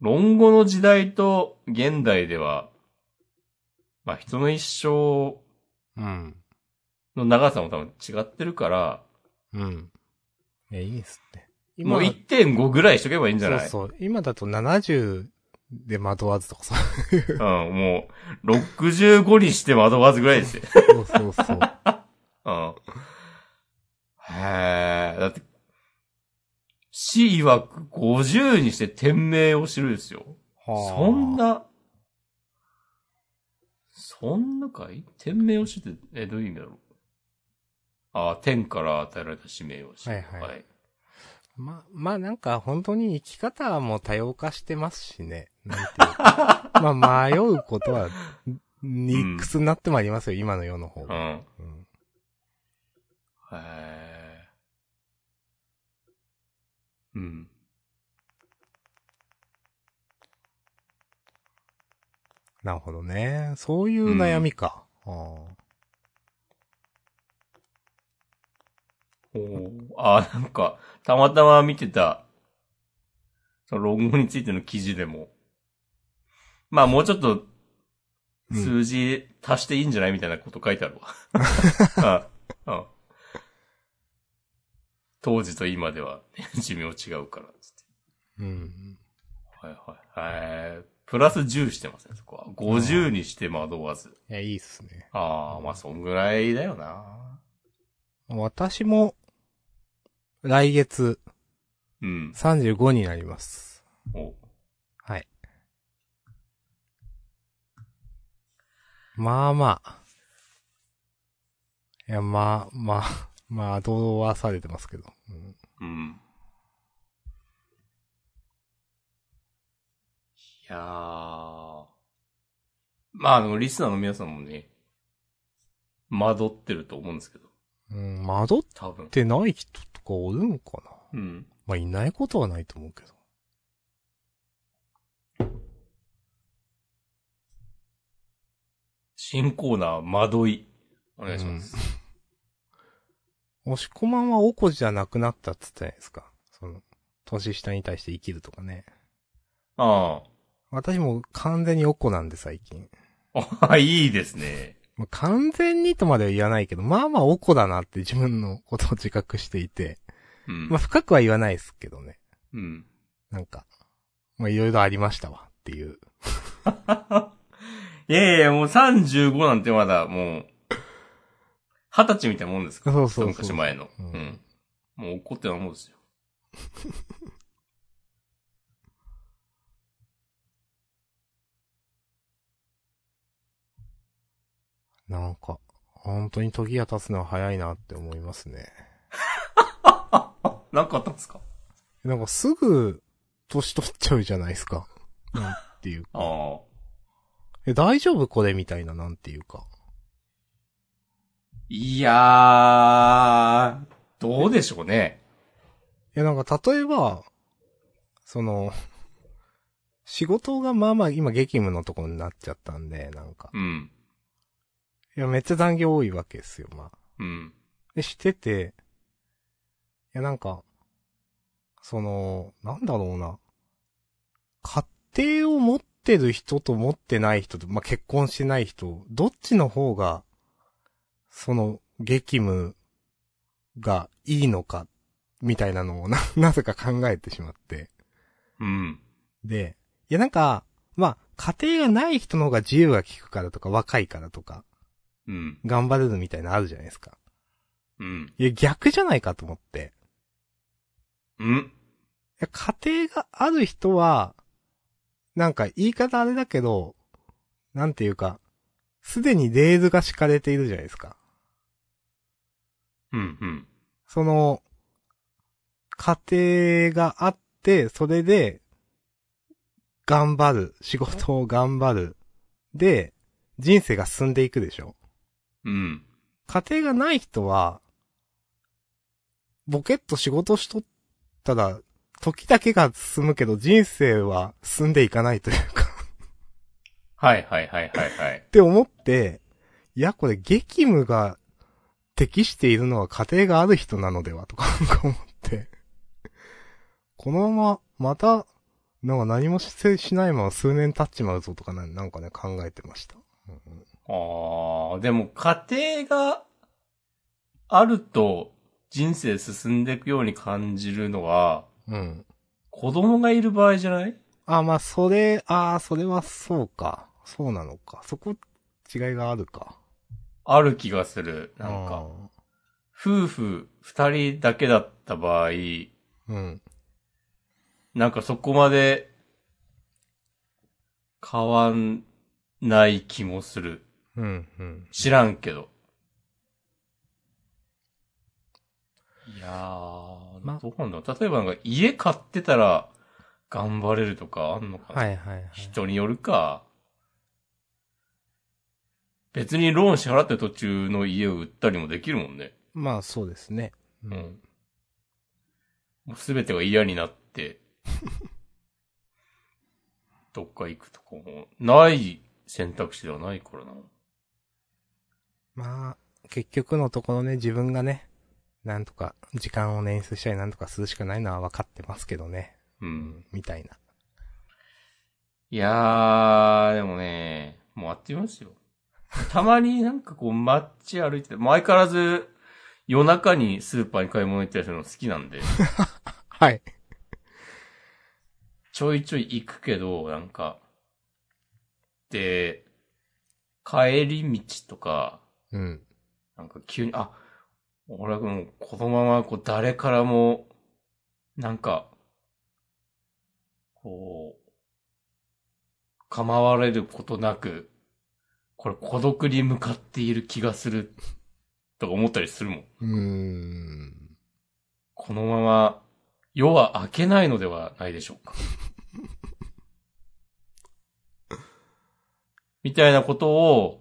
Speaker 2: 論語の時代と現代では、まあ人の一生
Speaker 1: うん。
Speaker 2: の長さも多分違ってるから、
Speaker 1: うん。え、いいっすって。
Speaker 2: もう1.5ぐらいしとけばいいんじゃない
Speaker 1: そうそう。今だと70で惑わずとかさ。
Speaker 2: うん、もう、65にして惑わずぐらいですよ。
Speaker 1: そうそう そう。
Speaker 2: うん。へえ、だって、死曰く50にして天命を知るですよ。そん。な、そんなかい天命を知って、え、どういう意味だろうああ、天から与えられた使命を知る。
Speaker 1: はいはいま、まあなんか本当に生き方も多様化してますし ね。なんていうかまあ迷うことは、ニックスになってもありますよ、今の世の方
Speaker 2: う
Speaker 1: が。
Speaker 2: ん。
Speaker 1: うん
Speaker 2: へえ。うん。
Speaker 1: なるほどね。そういう悩みか。あ
Speaker 2: おーあー、なんか、たまたま見てた、その論語についての記事でも、まあもうちょっと、
Speaker 1: うん
Speaker 2: 数字足していいんじゃないみたいなこと書いて あるわ。うんうん当時と 今では寿命違うから、つっ
Speaker 1: ーうん。
Speaker 2: て。はいはい。えー、プラス10してますね、そこは。50にして惑わず。
Speaker 1: いや、いいっすね。
Speaker 2: ああ、まあ、そんぐらいだよな。
Speaker 1: 私も、来月
Speaker 2: うん。
Speaker 1: 35になります。
Speaker 2: お
Speaker 1: はい。まあまあ。いや、まあ、ま あ、まあ、どうはされてますけど。うん
Speaker 2: うん。いやー。まあ、あの、リスナーの皆さんもね、惑ってると思うんですけど、
Speaker 1: うん、窓っ
Speaker 2: 多分。
Speaker 1: てない人とかおるんかな
Speaker 2: うん。
Speaker 1: まあ、いないことはないと思うけど。
Speaker 2: 新コーナー、惑い。お願いします。
Speaker 1: 押し込まんはおこじじゃなくなったっつったじゃないですか。その、年下に対して生きるとかね。
Speaker 2: あ
Speaker 1: 私も完全におこなんで最近。
Speaker 2: あ。 あ、いいですね。
Speaker 1: まあ、完全にとまでは言わないけど、まあまあおこだなって自分のことを自覚していて。
Speaker 2: うん。
Speaker 1: まあ深くは言わないですけどね。
Speaker 2: うん。
Speaker 1: なんか、まあいろいろありましたわっていう。
Speaker 2: いやいや、もう35なんてまだもう、二十歳みたいなもんですから。
Speaker 1: そうそうそう
Speaker 2: 一昔前の。
Speaker 1: う
Speaker 2: う
Speaker 1: ん
Speaker 2: ん。もう怒ってないもんですよ。
Speaker 1: なんか、本当に時が経つのは早いなって思いますね。
Speaker 2: なんかあったんですか
Speaker 1: なんかすぐ、年取っちゃうじゃないですか。なんていう
Speaker 2: あ
Speaker 1: か。
Speaker 2: あ。
Speaker 1: え、大丈夫これみたいな、なんていうか。
Speaker 2: いやー、どうでしょうね。
Speaker 1: いや、なんか、例えば、その、仕事がまあまあ今激務のところになっちゃったんで、なんか。
Speaker 2: うん。
Speaker 1: いや、めっちゃ残業多いわけですよ、まあ。
Speaker 2: うん。
Speaker 1: で、してて、いや、なんか、その、なんだろうな。家庭を持ってる人と持ってない人と、まあ、結婚してない人、どっちの方が、その、激務がいいのか、みたいなのをな、なぜか考えてしまって。
Speaker 2: うん。
Speaker 1: で、いや、なんか、まあ、家庭がない人の方が自由が利くからとか、若いからとか、
Speaker 2: うん。
Speaker 1: 頑張れるみたいなのあるじゃないですか。
Speaker 2: うん。
Speaker 1: いや、逆じゃないかと思って。
Speaker 2: うん。
Speaker 1: いや家庭がある人は、なんか言い方あれだけど、なんていうか、すでにレールが敷かれているじゃないですか。
Speaker 2: うん。うん。
Speaker 1: その、家庭があって、それで、頑張る、仕事を頑張る、で、人生が進んでいくでしょ。
Speaker 2: うん。
Speaker 1: 家庭がない人は、ボケっと仕事しとったら、時だけが進むけど人生は進んでいかないというか っ
Speaker 2: はいはいはいはいはい。
Speaker 1: て思って、いや、これ激務が適しているのは家庭がある人なのではとかなんか思って、このまま、また、なんか何もししないまま数年経っちまうぞとかねなんかね、考えてました。うんうん
Speaker 2: ああ、でも家庭があると人生進んでいくように感じるのは、
Speaker 1: うん。
Speaker 2: 子供がいる場合じゃない
Speaker 1: あ、まあ、それ、ああ、それはそうか。そうなのか。そこ、違いがあるか。
Speaker 2: ある気がする。なんか、夫婦二人だけだった場合、
Speaker 1: あー。うん。
Speaker 2: なんかそこまで変わんない気もする。
Speaker 1: うん、うん。
Speaker 2: 知らんけど。いやー、
Speaker 1: ま
Speaker 2: どうなんだろう例えばなんか家買ってたら頑張れるとかあんのかな、
Speaker 1: はいはいはい。
Speaker 2: 人によるか。別にローン支払ってる途中の家を売ったりもできるもんね。
Speaker 1: まあ、そうですね。う
Speaker 2: う。ん。もうすべてが嫌になって、 どっか行くとかも、ない選択肢ではないからな。
Speaker 1: まあ、結局のところね、自分がね、なんとか、時間を捻出したりなんとかするしかないのは分かってますけどね。
Speaker 2: う。。
Speaker 1: うんみたいな。
Speaker 2: いやー、でもね、もうあっという間ですよ。たまになんかこう街歩いてて、もう相変わらず夜中にスーパーに買い物行ったりするの好きなんで。
Speaker 1: はい。
Speaker 2: ちょいちょい行くけど、なんか、て、帰り道とか、
Speaker 1: うん。
Speaker 2: なんか急に、あ、俺はもうこのままこう誰からも、なんか、こう、構われることなく、これ孤独に向かっている気がする、とか思ったりするもん。
Speaker 1: うーん。
Speaker 2: このまま、夜は明けないのではないでしょ うか。みたいなことを、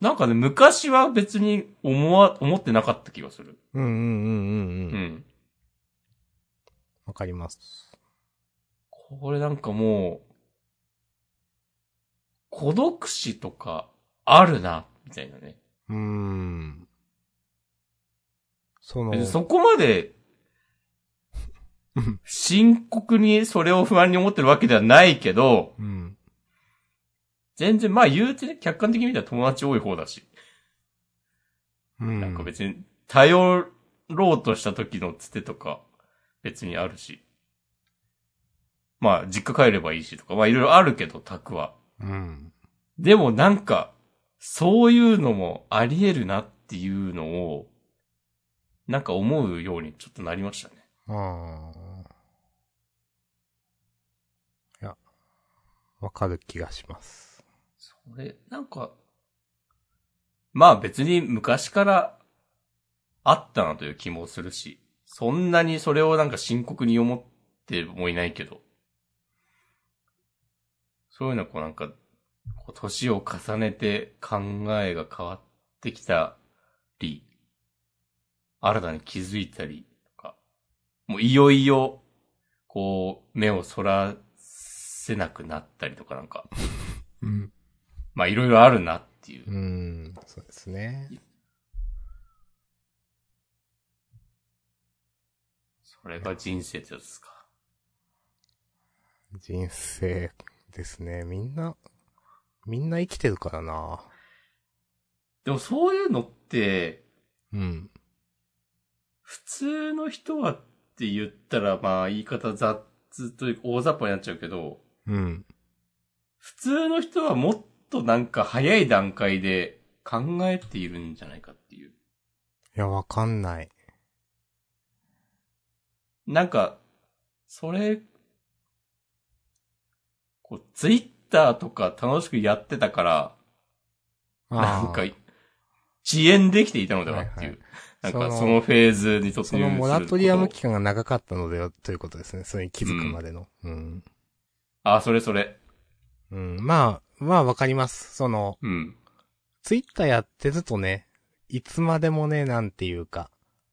Speaker 2: なんかね、昔は別に思わ、思ってなかった気がする。
Speaker 1: うんうんうんうん
Speaker 2: う
Speaker 1: うん。
Speaker 2: ん。
Speaker 1: わかります。
Speaker 2: これなんかもう、孤独死とかあるな、みたいなね。
Speaker 1: うーん。その
Speaker 2: 別、にそこ まで
Speaker 1: うん、
Speaker 2: 深刻にそれを不安に思ってるわけではないけど、
Speaker 1: うん。
Speaker 2: 全然、まあ言うてね、客観的に見たら友達多い方だし。
Speaker 1: うん。
Speaker 2: なんか別に、頼ろうとした時のつてとか、別にあるし。まあ、実家帰ればいいしとか、まあいろいろあるけど、宅は。
Speaker 1: うん。
Speaker 2: でもなんか、そういうのもあり得るなっていうのを、なんか思うようにちょっとなりましたね。
Speaker 1: ああ。いや、わかる気がします。
Speaker 2: それ、なんか、まあ別に昔からあったなという気もするし、そんなにそれをなんか深刻に思ってもいないけど、そういうのはこうなんか、こう年を重ねて考えが変わってきたり、新たに気づいたりとか、もういよいよ、こう、目をそらせなくなったりとかなんか、
Speaker 1: うん。
Speaker 2: まあいろいろあるなっていう
Speaker 1: う。ん。そうですね。
Speaker 2: それが人生ってやつですか。
Speaker 1: 人生ですね。みんな、みんな生きてるからな。
Speaker 2: でもそういうのって、
Speaker 1: うん。
Speaker 2: 普通の人はって言ったら、まあ言い方雑というか大雑把になっちゃうけど、
Speaker 1: うん。
Speaker 2: 普通の人はもっとなんか早い段階で考えているんじゃないかっていう。
Speaker 1: いや、わかんない。
Speaker 2: なんか、それ、こう、ツイッターとか楽しくやってたから、
Speaker 1: あ
Speaker 2: な
Speaker 1: ー
Speaker 2: んか、遅延できていたのではっていう。
Speaker 1: はいはい
Speaker 2: なんか、
Speaker 1: そ
Speaker 2: そ
Speaker 1: の
Speaker 2: のフェーズに突入す
Speaker 1: そ
Speaker 2: る
Speaker 1: のモラトリアム
Speaker 2: こと
Speaker 1: 期間が長かったのではということですね。それに気づくまでの。うん。
Speaker 2: あ、それそれ。
Speaker 1: うん。まあ、まあわかります。その、
Speaker 2: うん。
Speaker 1: ツイッターやってるとね、いつまでもね、なんていうか、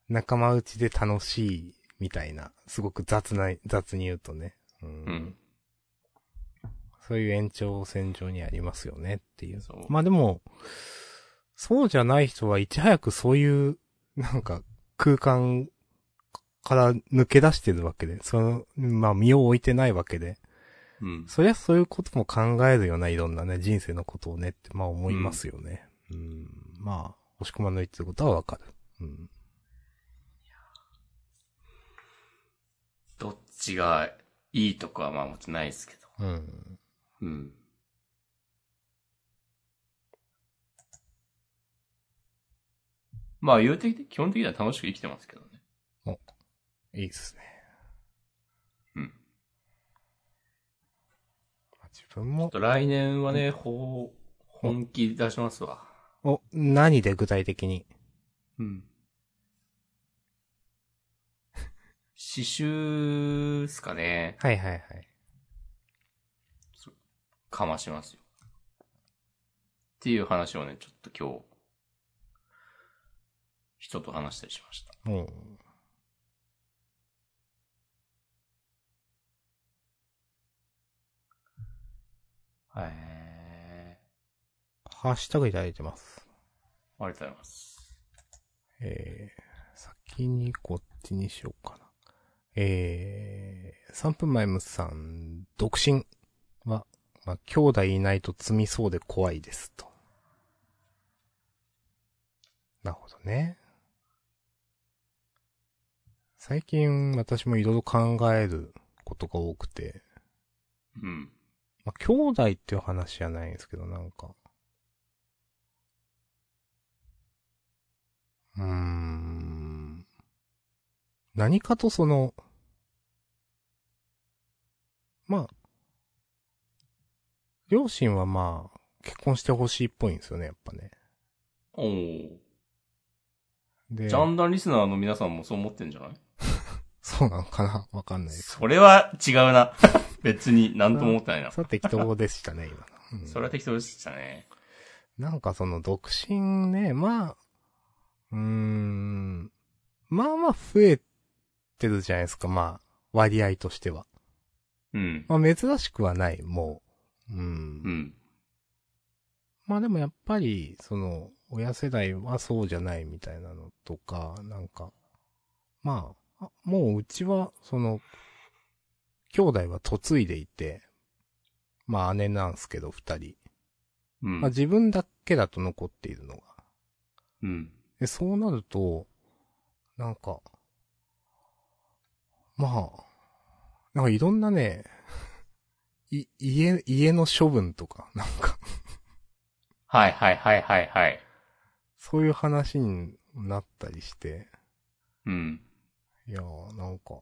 Speaker 1: 仲間内で楽しい、みたいな、すごく雑な、雑に言うとね。うん。
Speaker 2: うん。
Speaker 1: そういう延長線上にありますよねっていう。
Speaker 2: そう
Speaker 1: まあでも、そうじゃない人はいち早くそういう、なんか、空間から抜け出してるわけで、その、まあ身を置いてないわけで、
Speaker 2: うん。
Speaker 1: そりゃそういうことも考えるよな、いろんなね、人生のことをねって、まあ思いますよね。うん、まあ、押し込まないってことはわかる。うん。
Speaker 2: どっちがいいとかはまあもちろんないですけど。
Speaker 1: うん。
Speaker 2: うん。まあ、言うてきて、基本的には楽しく生きてますけどね。
Speaker 1: いいですね。
Speaker 2: うん。
Speaker 1: まあ自分も
Speaker 2: あと、来年はね、ほう、本気出しますわ。
Speaker 1: お、何で具体的に
Speaker 2: うん。刺繍っすかね。
Speaker 1: はいはいはい。
Speaker 2: かましますよ。っていう話をね、ちょっと今日、人と話したりしました。
Speaker 1: も
Speaker 2: へ
Speaker 1: う、ハッシュタグいただいてます。
Speaker 2: ー。ありがとうございます。
Speaker 1: えー、先にこっちにしようかな。えー、3分前むさん、独身は、まあ、兄弟いないと積みそうで怖いですと。なるほどね。最近私もいろいろ考えることが多くて、
Speaker 2: うん。
Speaker 1: ままあ、兄弟っていう話じゃないんですけど、なんか。うーん。何かとその、まあ、両親はまあ、結婚してほしいっぽいんですよね、やっぱね。
Speaker 2: おー。
Speaker 1: で
Speaker 2: ジ、ャンダンリスナーの皆さんもそう思ってんじゃない
Speaker 1: そうなのかなわかんないです。
Speaker 2: それは違うな。 別に何とも思ってないな。
Speaker 1: さて、適当でしたね、今の。うん
Speaker 2: それは適当でしたね。
Speaker 1: なんかその独身ね、まあ、うーん、まあまあ増えてるじゃないですか、まあ、割合としては。
Speaker 2: うん。
Speaker 1: まあ珍しくはない、もう。うん。
Speaker 2: うん。
Speaker 1: まあでもやっぱり、その、親世代はそうじゃないみたいなのとか、なんか、まあ、あもううちは、その、兄弟は嫁いでいて、まあ姉なんですけど、二人。
Speaker 2: うん
Speaker 1: まあ。自分だけだと残っているのが。
Speaker 2: うん。
Speaker 1: で、そうなると、なんか、まあ、なんかいろんなね、 い、家、家の処分とか、 なんか、
Speaker 2: はいはいはいはいはい。
Speaker 1: そういう話になったりして、
Speaker 2: うん。
Speaker 1: いやー、なんか、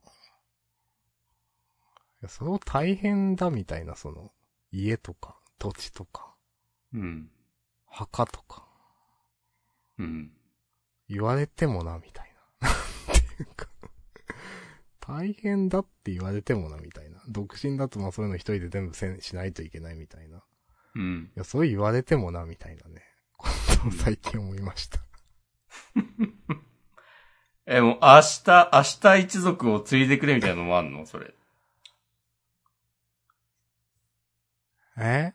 Speaker 1: いや、それを大変だみたいな、その、家とか、土地とか、
Speaker 2: うん。
Speaker 1: 墓とか、
Speaker 2: うん。
Speaker 1: 言われてもな、みたいな。 なんていうか、大変だって言われてもな、みたいな。独身だとまあそういうの一人で全部せんしないといけないみたいな。い
Speaker 2: うん。
Speaker 1: や、そう言われてもな、みたいなね。ことを最近思いました。
Speaker 2: え、もう明日、明日一族を継いでくれみたいなのもあんのそれ。
Speaker 1: え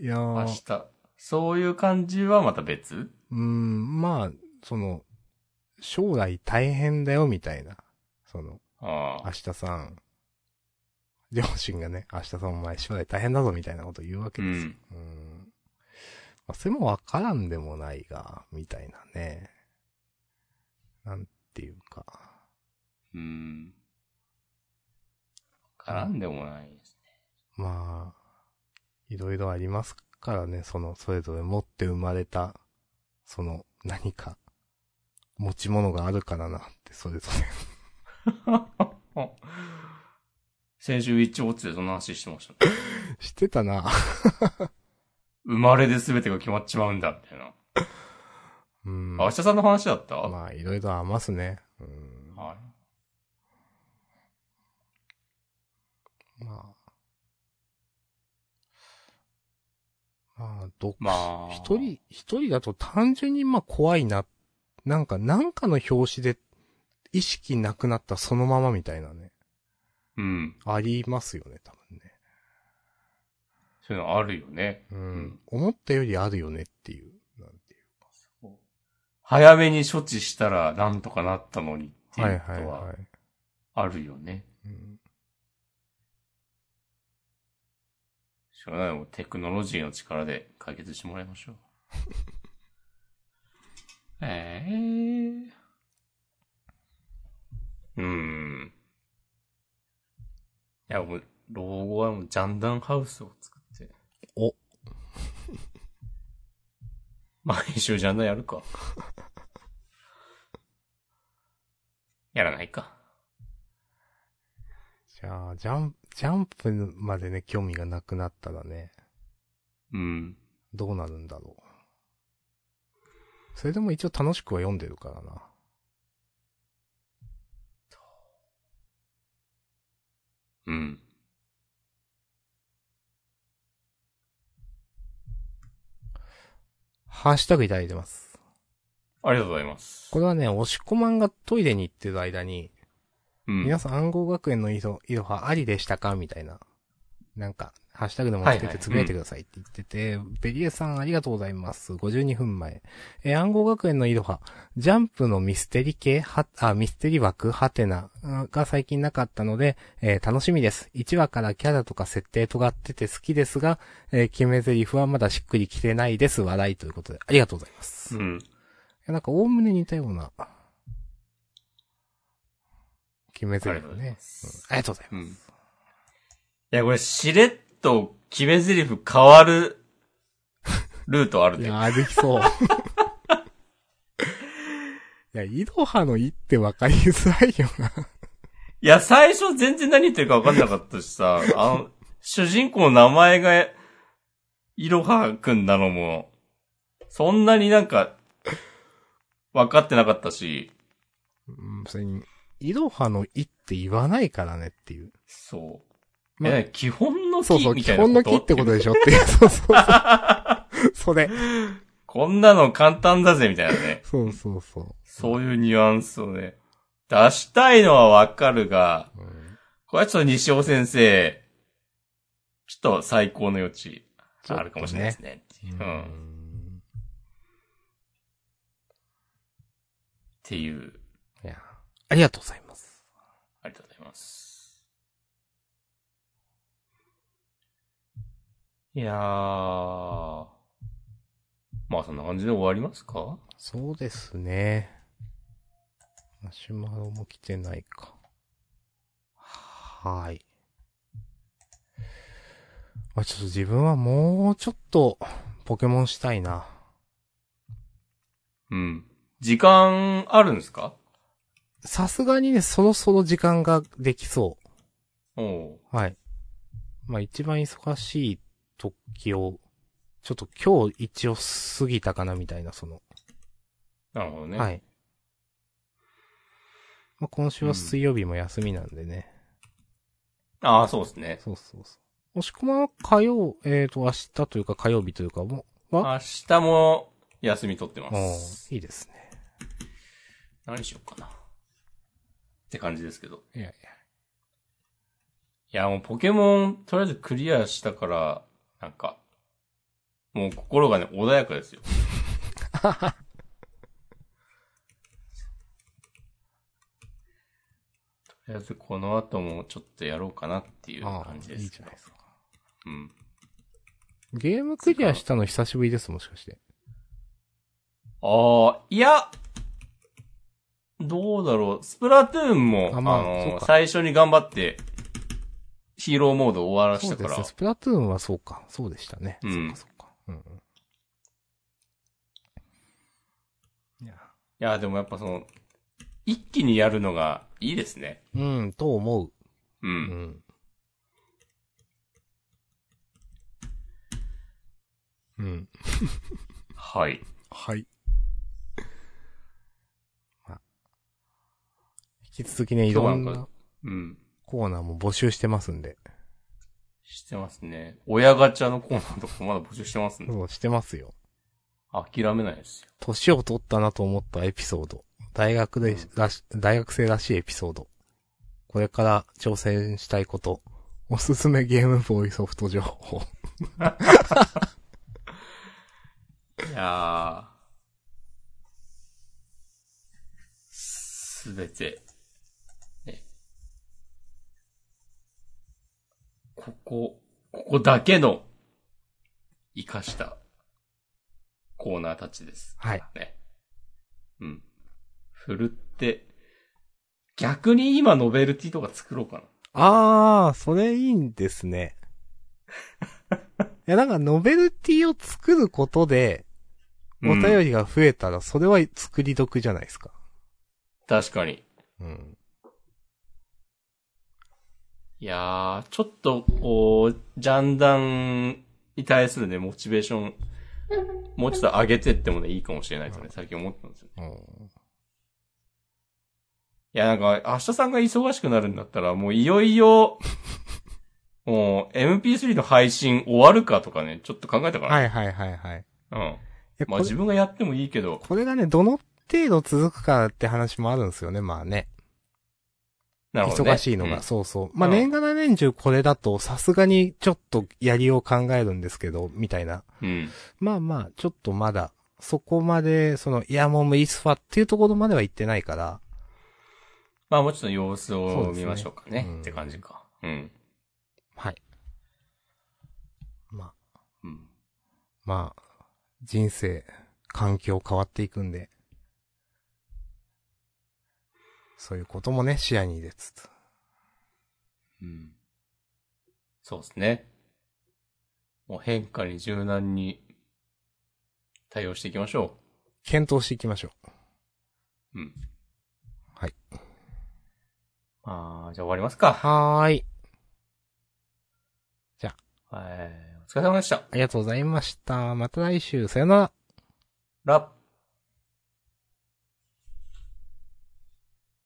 Speaker 1: いや
Speaker 2: 明
Speaker 1: ー、
Speaker 2: 日。そういう感じはまた別
Speaker 1: うーん、まあ、その、将来大変だよ、みたいな。その、
Speaker 2: あ
Speaker 1: 明日さん、両親がね、明日さんお前将来大変だぞみたいなこと言うわけですよ。うん。まあ、それもわからんでもないが、みたいなね。なんていうか。
Speaker 2: うん。絡んでもないです
Speaker 1: まあ、いろいろありますからね、その、それぞれ持って生まれた、その、何か、持ち物があるからなって、それぞれ。
Speaker 2: ね。先週ウィッチウォッチでそんな話してましたね。
Speaker 1: してたな。
Speaker 2: 生まれで全てが決まっちまうんだ、みたいな。
Speaker 1: うん。
Speaker 2: 明日さんの話だった、
Speaker 1: まあ、いろいろ余すね。うん。
Speaker 2: はい。
Speaker 1: まあ。まあ、ど、
Speaker 2: まあ。
Speaker 1: 一。人、一人だと単純にまあ怖いな。なんか、なんかの表紙で意識なくなったそのままみたいなね。
Speaker 2: うん。
Speaker 1: ありますよね、多分ね。
Speaker 2: そういうのあるよね。
Speaker 1: うん。
Speaker 2: うん
Speaker 1: 思ったよりあるよねっていう。なんてい
Speaker 2: 早めに処置したらなんとかなったのにって
Speaker 1: う。はいいう
Speaker 2: こ
Speaker 1: はい
Speaker 2: と
Speaker 1: は。
Speaker 2: はいあるよね。
Speaker 1: うん、
Speaker 2: しょうがない。もうテクノロジーの力で解決してもらいましょう。 ええうーん。いや、もう、老後はもうジャンダンハウスを作って。
Speaker 1: お。
Speaker 2: 毎週ジャンダンやるか。 やらないか。
Speaker 1: じゃあ、ジャン、ジャンプまでね、興味がなくなったらね、
Speaker 2: うん。
Speaker 1: どうなるんだろう。それでも一応楽しくは読んでるからな。
Speaker 2: うん。
Speaker 1: ハッシュタグいただいてます。
Speaker 2: ありがとうございます。
Speaker 1: これはね、押し込まんがトイレに行ってる間に、
Speaker 2: うん。
Speaker 1: 皆さん暗号学園のいろ、いろはありでしたかみたいな。なんか、ハッシュタグでもつけ
Speaker 2: はいは
Speaker 1: て
Speaker 2: い
Speaker 1: つぶやいてくださいって言ってて、ベリエさんありがとうございます。52分前。えー暗号学園のいろは、ジャンプのミステリ系、は、あ、ミステリ枠、ハテナうんが最近なかったので、えー楽しみです。1話からキャラとか設定尖ってて好きですが、えー決め台詞はまだしっくりきてないです。笑いということで、ありがとうございます。
Speaker 2: う
Speaker 1: い
Speaker 2: ん。
Speaker 1: やなんか、おおむね似たような、決め台詞
Speaker 2: ありがとうござい
Speaker 1: ね
Speaker 2: ま。す
Speaker 1: うんありがとうございます。
Speaker 2: うん。いや、これ、しれっと決め台詞変わるルートある
Speaker 1: い
Speaker 2: ね。
Speaker 1: やー、できそう。い や、イドハのイってわかりづらいよな。
Speaker 2: いや、最初全然何言ってるか分かんなかった しさ、あの、主人公の名前が、いろはくんなのも、そんなになんか、分かってなかったし、
Speaker 1: うん、それに、イドハのイって言わないからねっていう。
Speaker 2: そう。
Speaker 1: ま
Speaker 2: え、基本の木
Speaker 1: そうそう、
Speaker 2: み
Speaker 1: 基
Speaker 2: たいな
Speaker 1: 本の木ってことでしょっていう。そうそう そう。それ。
Speaker 2: こんなの簡単だぜ、みたいなね。
Speaker 1: そうそうそ
Speaker 2: そういうニュアンスをね、出したいのはわかるが、
Speaker 1: う。うん
Speaker 2: これはちょっと西尾先生、ちょっと最高の余地あるかもしれないですね。
Speaker 1: う。
Speaker 2: うんっていう、
Speaker 1: いや、ありがとうございます。
Speaker 2: ありがとうございます。いやー。まあそんな感じで終わりますか
Speaker 1: そうですね。マシュマロも来てないか。はーい。まあ、ちょっと自分はもうちょっと、ポケモンしたいな。
Speaker 2: うん。時間あるんですか
Speaker 1: さすがにね、そろそろ時間ができそ
Speaker 2: おう。
Speaker 1: う。はい。まあ、一番忙しい時を、ちょっと今日一応過ぎたかなみたいな、その、
Speaker 2: なるほどね。
Speaker 1: はい。まあ、今週は水曜日も休みなんでね。
Speaker 2: ああ、そうですね。
Speaker 1: そうそうそう。押し込まは火曜、えーと、明日というか火曜日というかもう、は
Speaker 2: 明日も休み取ってま
Speaker 1: お
Speaker 2: す。
Speaker 1: ーいいですね。
Speaker 2: 何しようかな。って感じですけど。
Speaker 1: いやい
Speaker 2: いや、もうポケモン、とりあえずクリアしたから、なんか、もう心がね、穏やかで すよ。とりあえずこの後もちょっとやろうかなっていう
Speaker 1: や。ああ
Speaker 2: 感じ、で
Speaker 1: いい
Speaker 2: す
Speaker 1: じゃ
Speaker 2: けど。
Speaker 1: ないですか。
Speaker 2: うん。
Speaker 1: ゲームクリアしたの久しぶりです、もしかして。
Speaker 2: ああ、いや、どうだろう。スプラトゥーンも、
Speaker 1: あ
Speaker 2: あ、
Speaker 1: まあそう
Speaker 2: の
Speaker 1: か
Speaker 2: 最初に頑張って、ヒーローモード終わらし
Speaker 1: そう
Speaker 2: た
Speaker 1: で
Speaker 2: か
Speaker 1: す
Speaker 2: ら
Speaker 1: ね。、スプラトゥーンはそうか。そうでしたね。
Speaker 2: うん
Speaker 1: そうか、そうか。うんうん。いや。
Speaker 2: いや、でもやっぱその、一気にやるのがいいですね。
Speaker 1: うん、と思う。
Speaker 2: うん。
Speaker 1: うん。うん。
Speaker 2: はい。
Speaker 1: はい。 まあ、引き続きね、いろんな
Speaker 2: うん。
Speaker 1: コーナーも募集してますんで。
Speaker 2: してますね。親ガチャのコーナーとかまだ募集してますね。
Speaker 1: そう、してますよ。
Speaker 2: 諦めないですよ。
Speaker 1: 年を取ったなと思ったエピソード。大学で、らし、大学生らしいエピソード。これから挑戦したいこと。おすすめゲームボーイソフト情報。
Speaker 2: いやー。すべて、ね。ここ、ここだけの、活かした、コーナーたちです。
Speaker 1: はい。
Speaker 2: ね。うん。振るって、逆に今ノベルティとか作ろうかな。
Speaker 1: あー、それいいんです ね。いや、なんか、ノベルティを作ることで、お
Speaker 2: うん
Speaker 1: 便りが増えたら、それは作り得じゃないですか。
Speaker 2: 確かに。
Speaker 1: うん。
Speaker 2: いやー、ちょっと、こう、ジャンダンに対するね、モチベーション、もうちょっと上げてってもね、いいかもしれないとね、最近思ったんですよね。
Speaker 1: うん
Speaker 2: いや、なんか、明日さんが忙しくなるんだったら、もういよいよ、もう、MP3 の配信終わるかとかね、ちょっと考えたから。
Speaker 1: はいはいはいはい。い
Speaker 2: うん。
Speaker 1: や
Speaker 2: まあ
Speaker 1: これ
Speaker 2: 自分がやってもいいけど、
Speaker 1: これがね、どの程度続くかって話もあるんですよね、まあね。
Speaker 2: なるほどね。
Speaker 1: 忙しいのが、
Speaker 2: うん
Speaker 1: そうそう。まあ、
Speaker 2: うん
Speaker 1: 年がら年中これだと、さすがにちょっとやりを考えるんですけど、みたいな。
Speaker 2: うん。
Speaker 1: まあまあ、ちょっとまだ、そこまで、その、いやもう無理スファっていうところまでは行ってないから、
Speaker 2: まあもうちょっと様子
Speaker 1: そう
Speaker 2: を
Speaker 1: ですね
Speaker 2: 見ましょうかね。
Speaker 1: うん
Speaker 2: って感じか。うん。
Speaker 1: はい。まあ、
Speaker 2: うん。
Speaker 1: まあ、人生、環境変わっていくんで、そういうこともね、視野に入れつつ。
Speaker 2: うん。そうですね。もう変化に柔軟に対応していきましょ
Speaker 1: 検討していきましょ
Speaker 2: う。うん。
Speaker 1: はい。
Speaker 2: あー、じゃあ終わりますか
Speaker 1: う。。はーい。
Speaker 2: はい。お疲れ様でした。
Speaker 1: ありがとうございました。また来週、さよなら。
Speaker 2: ラッ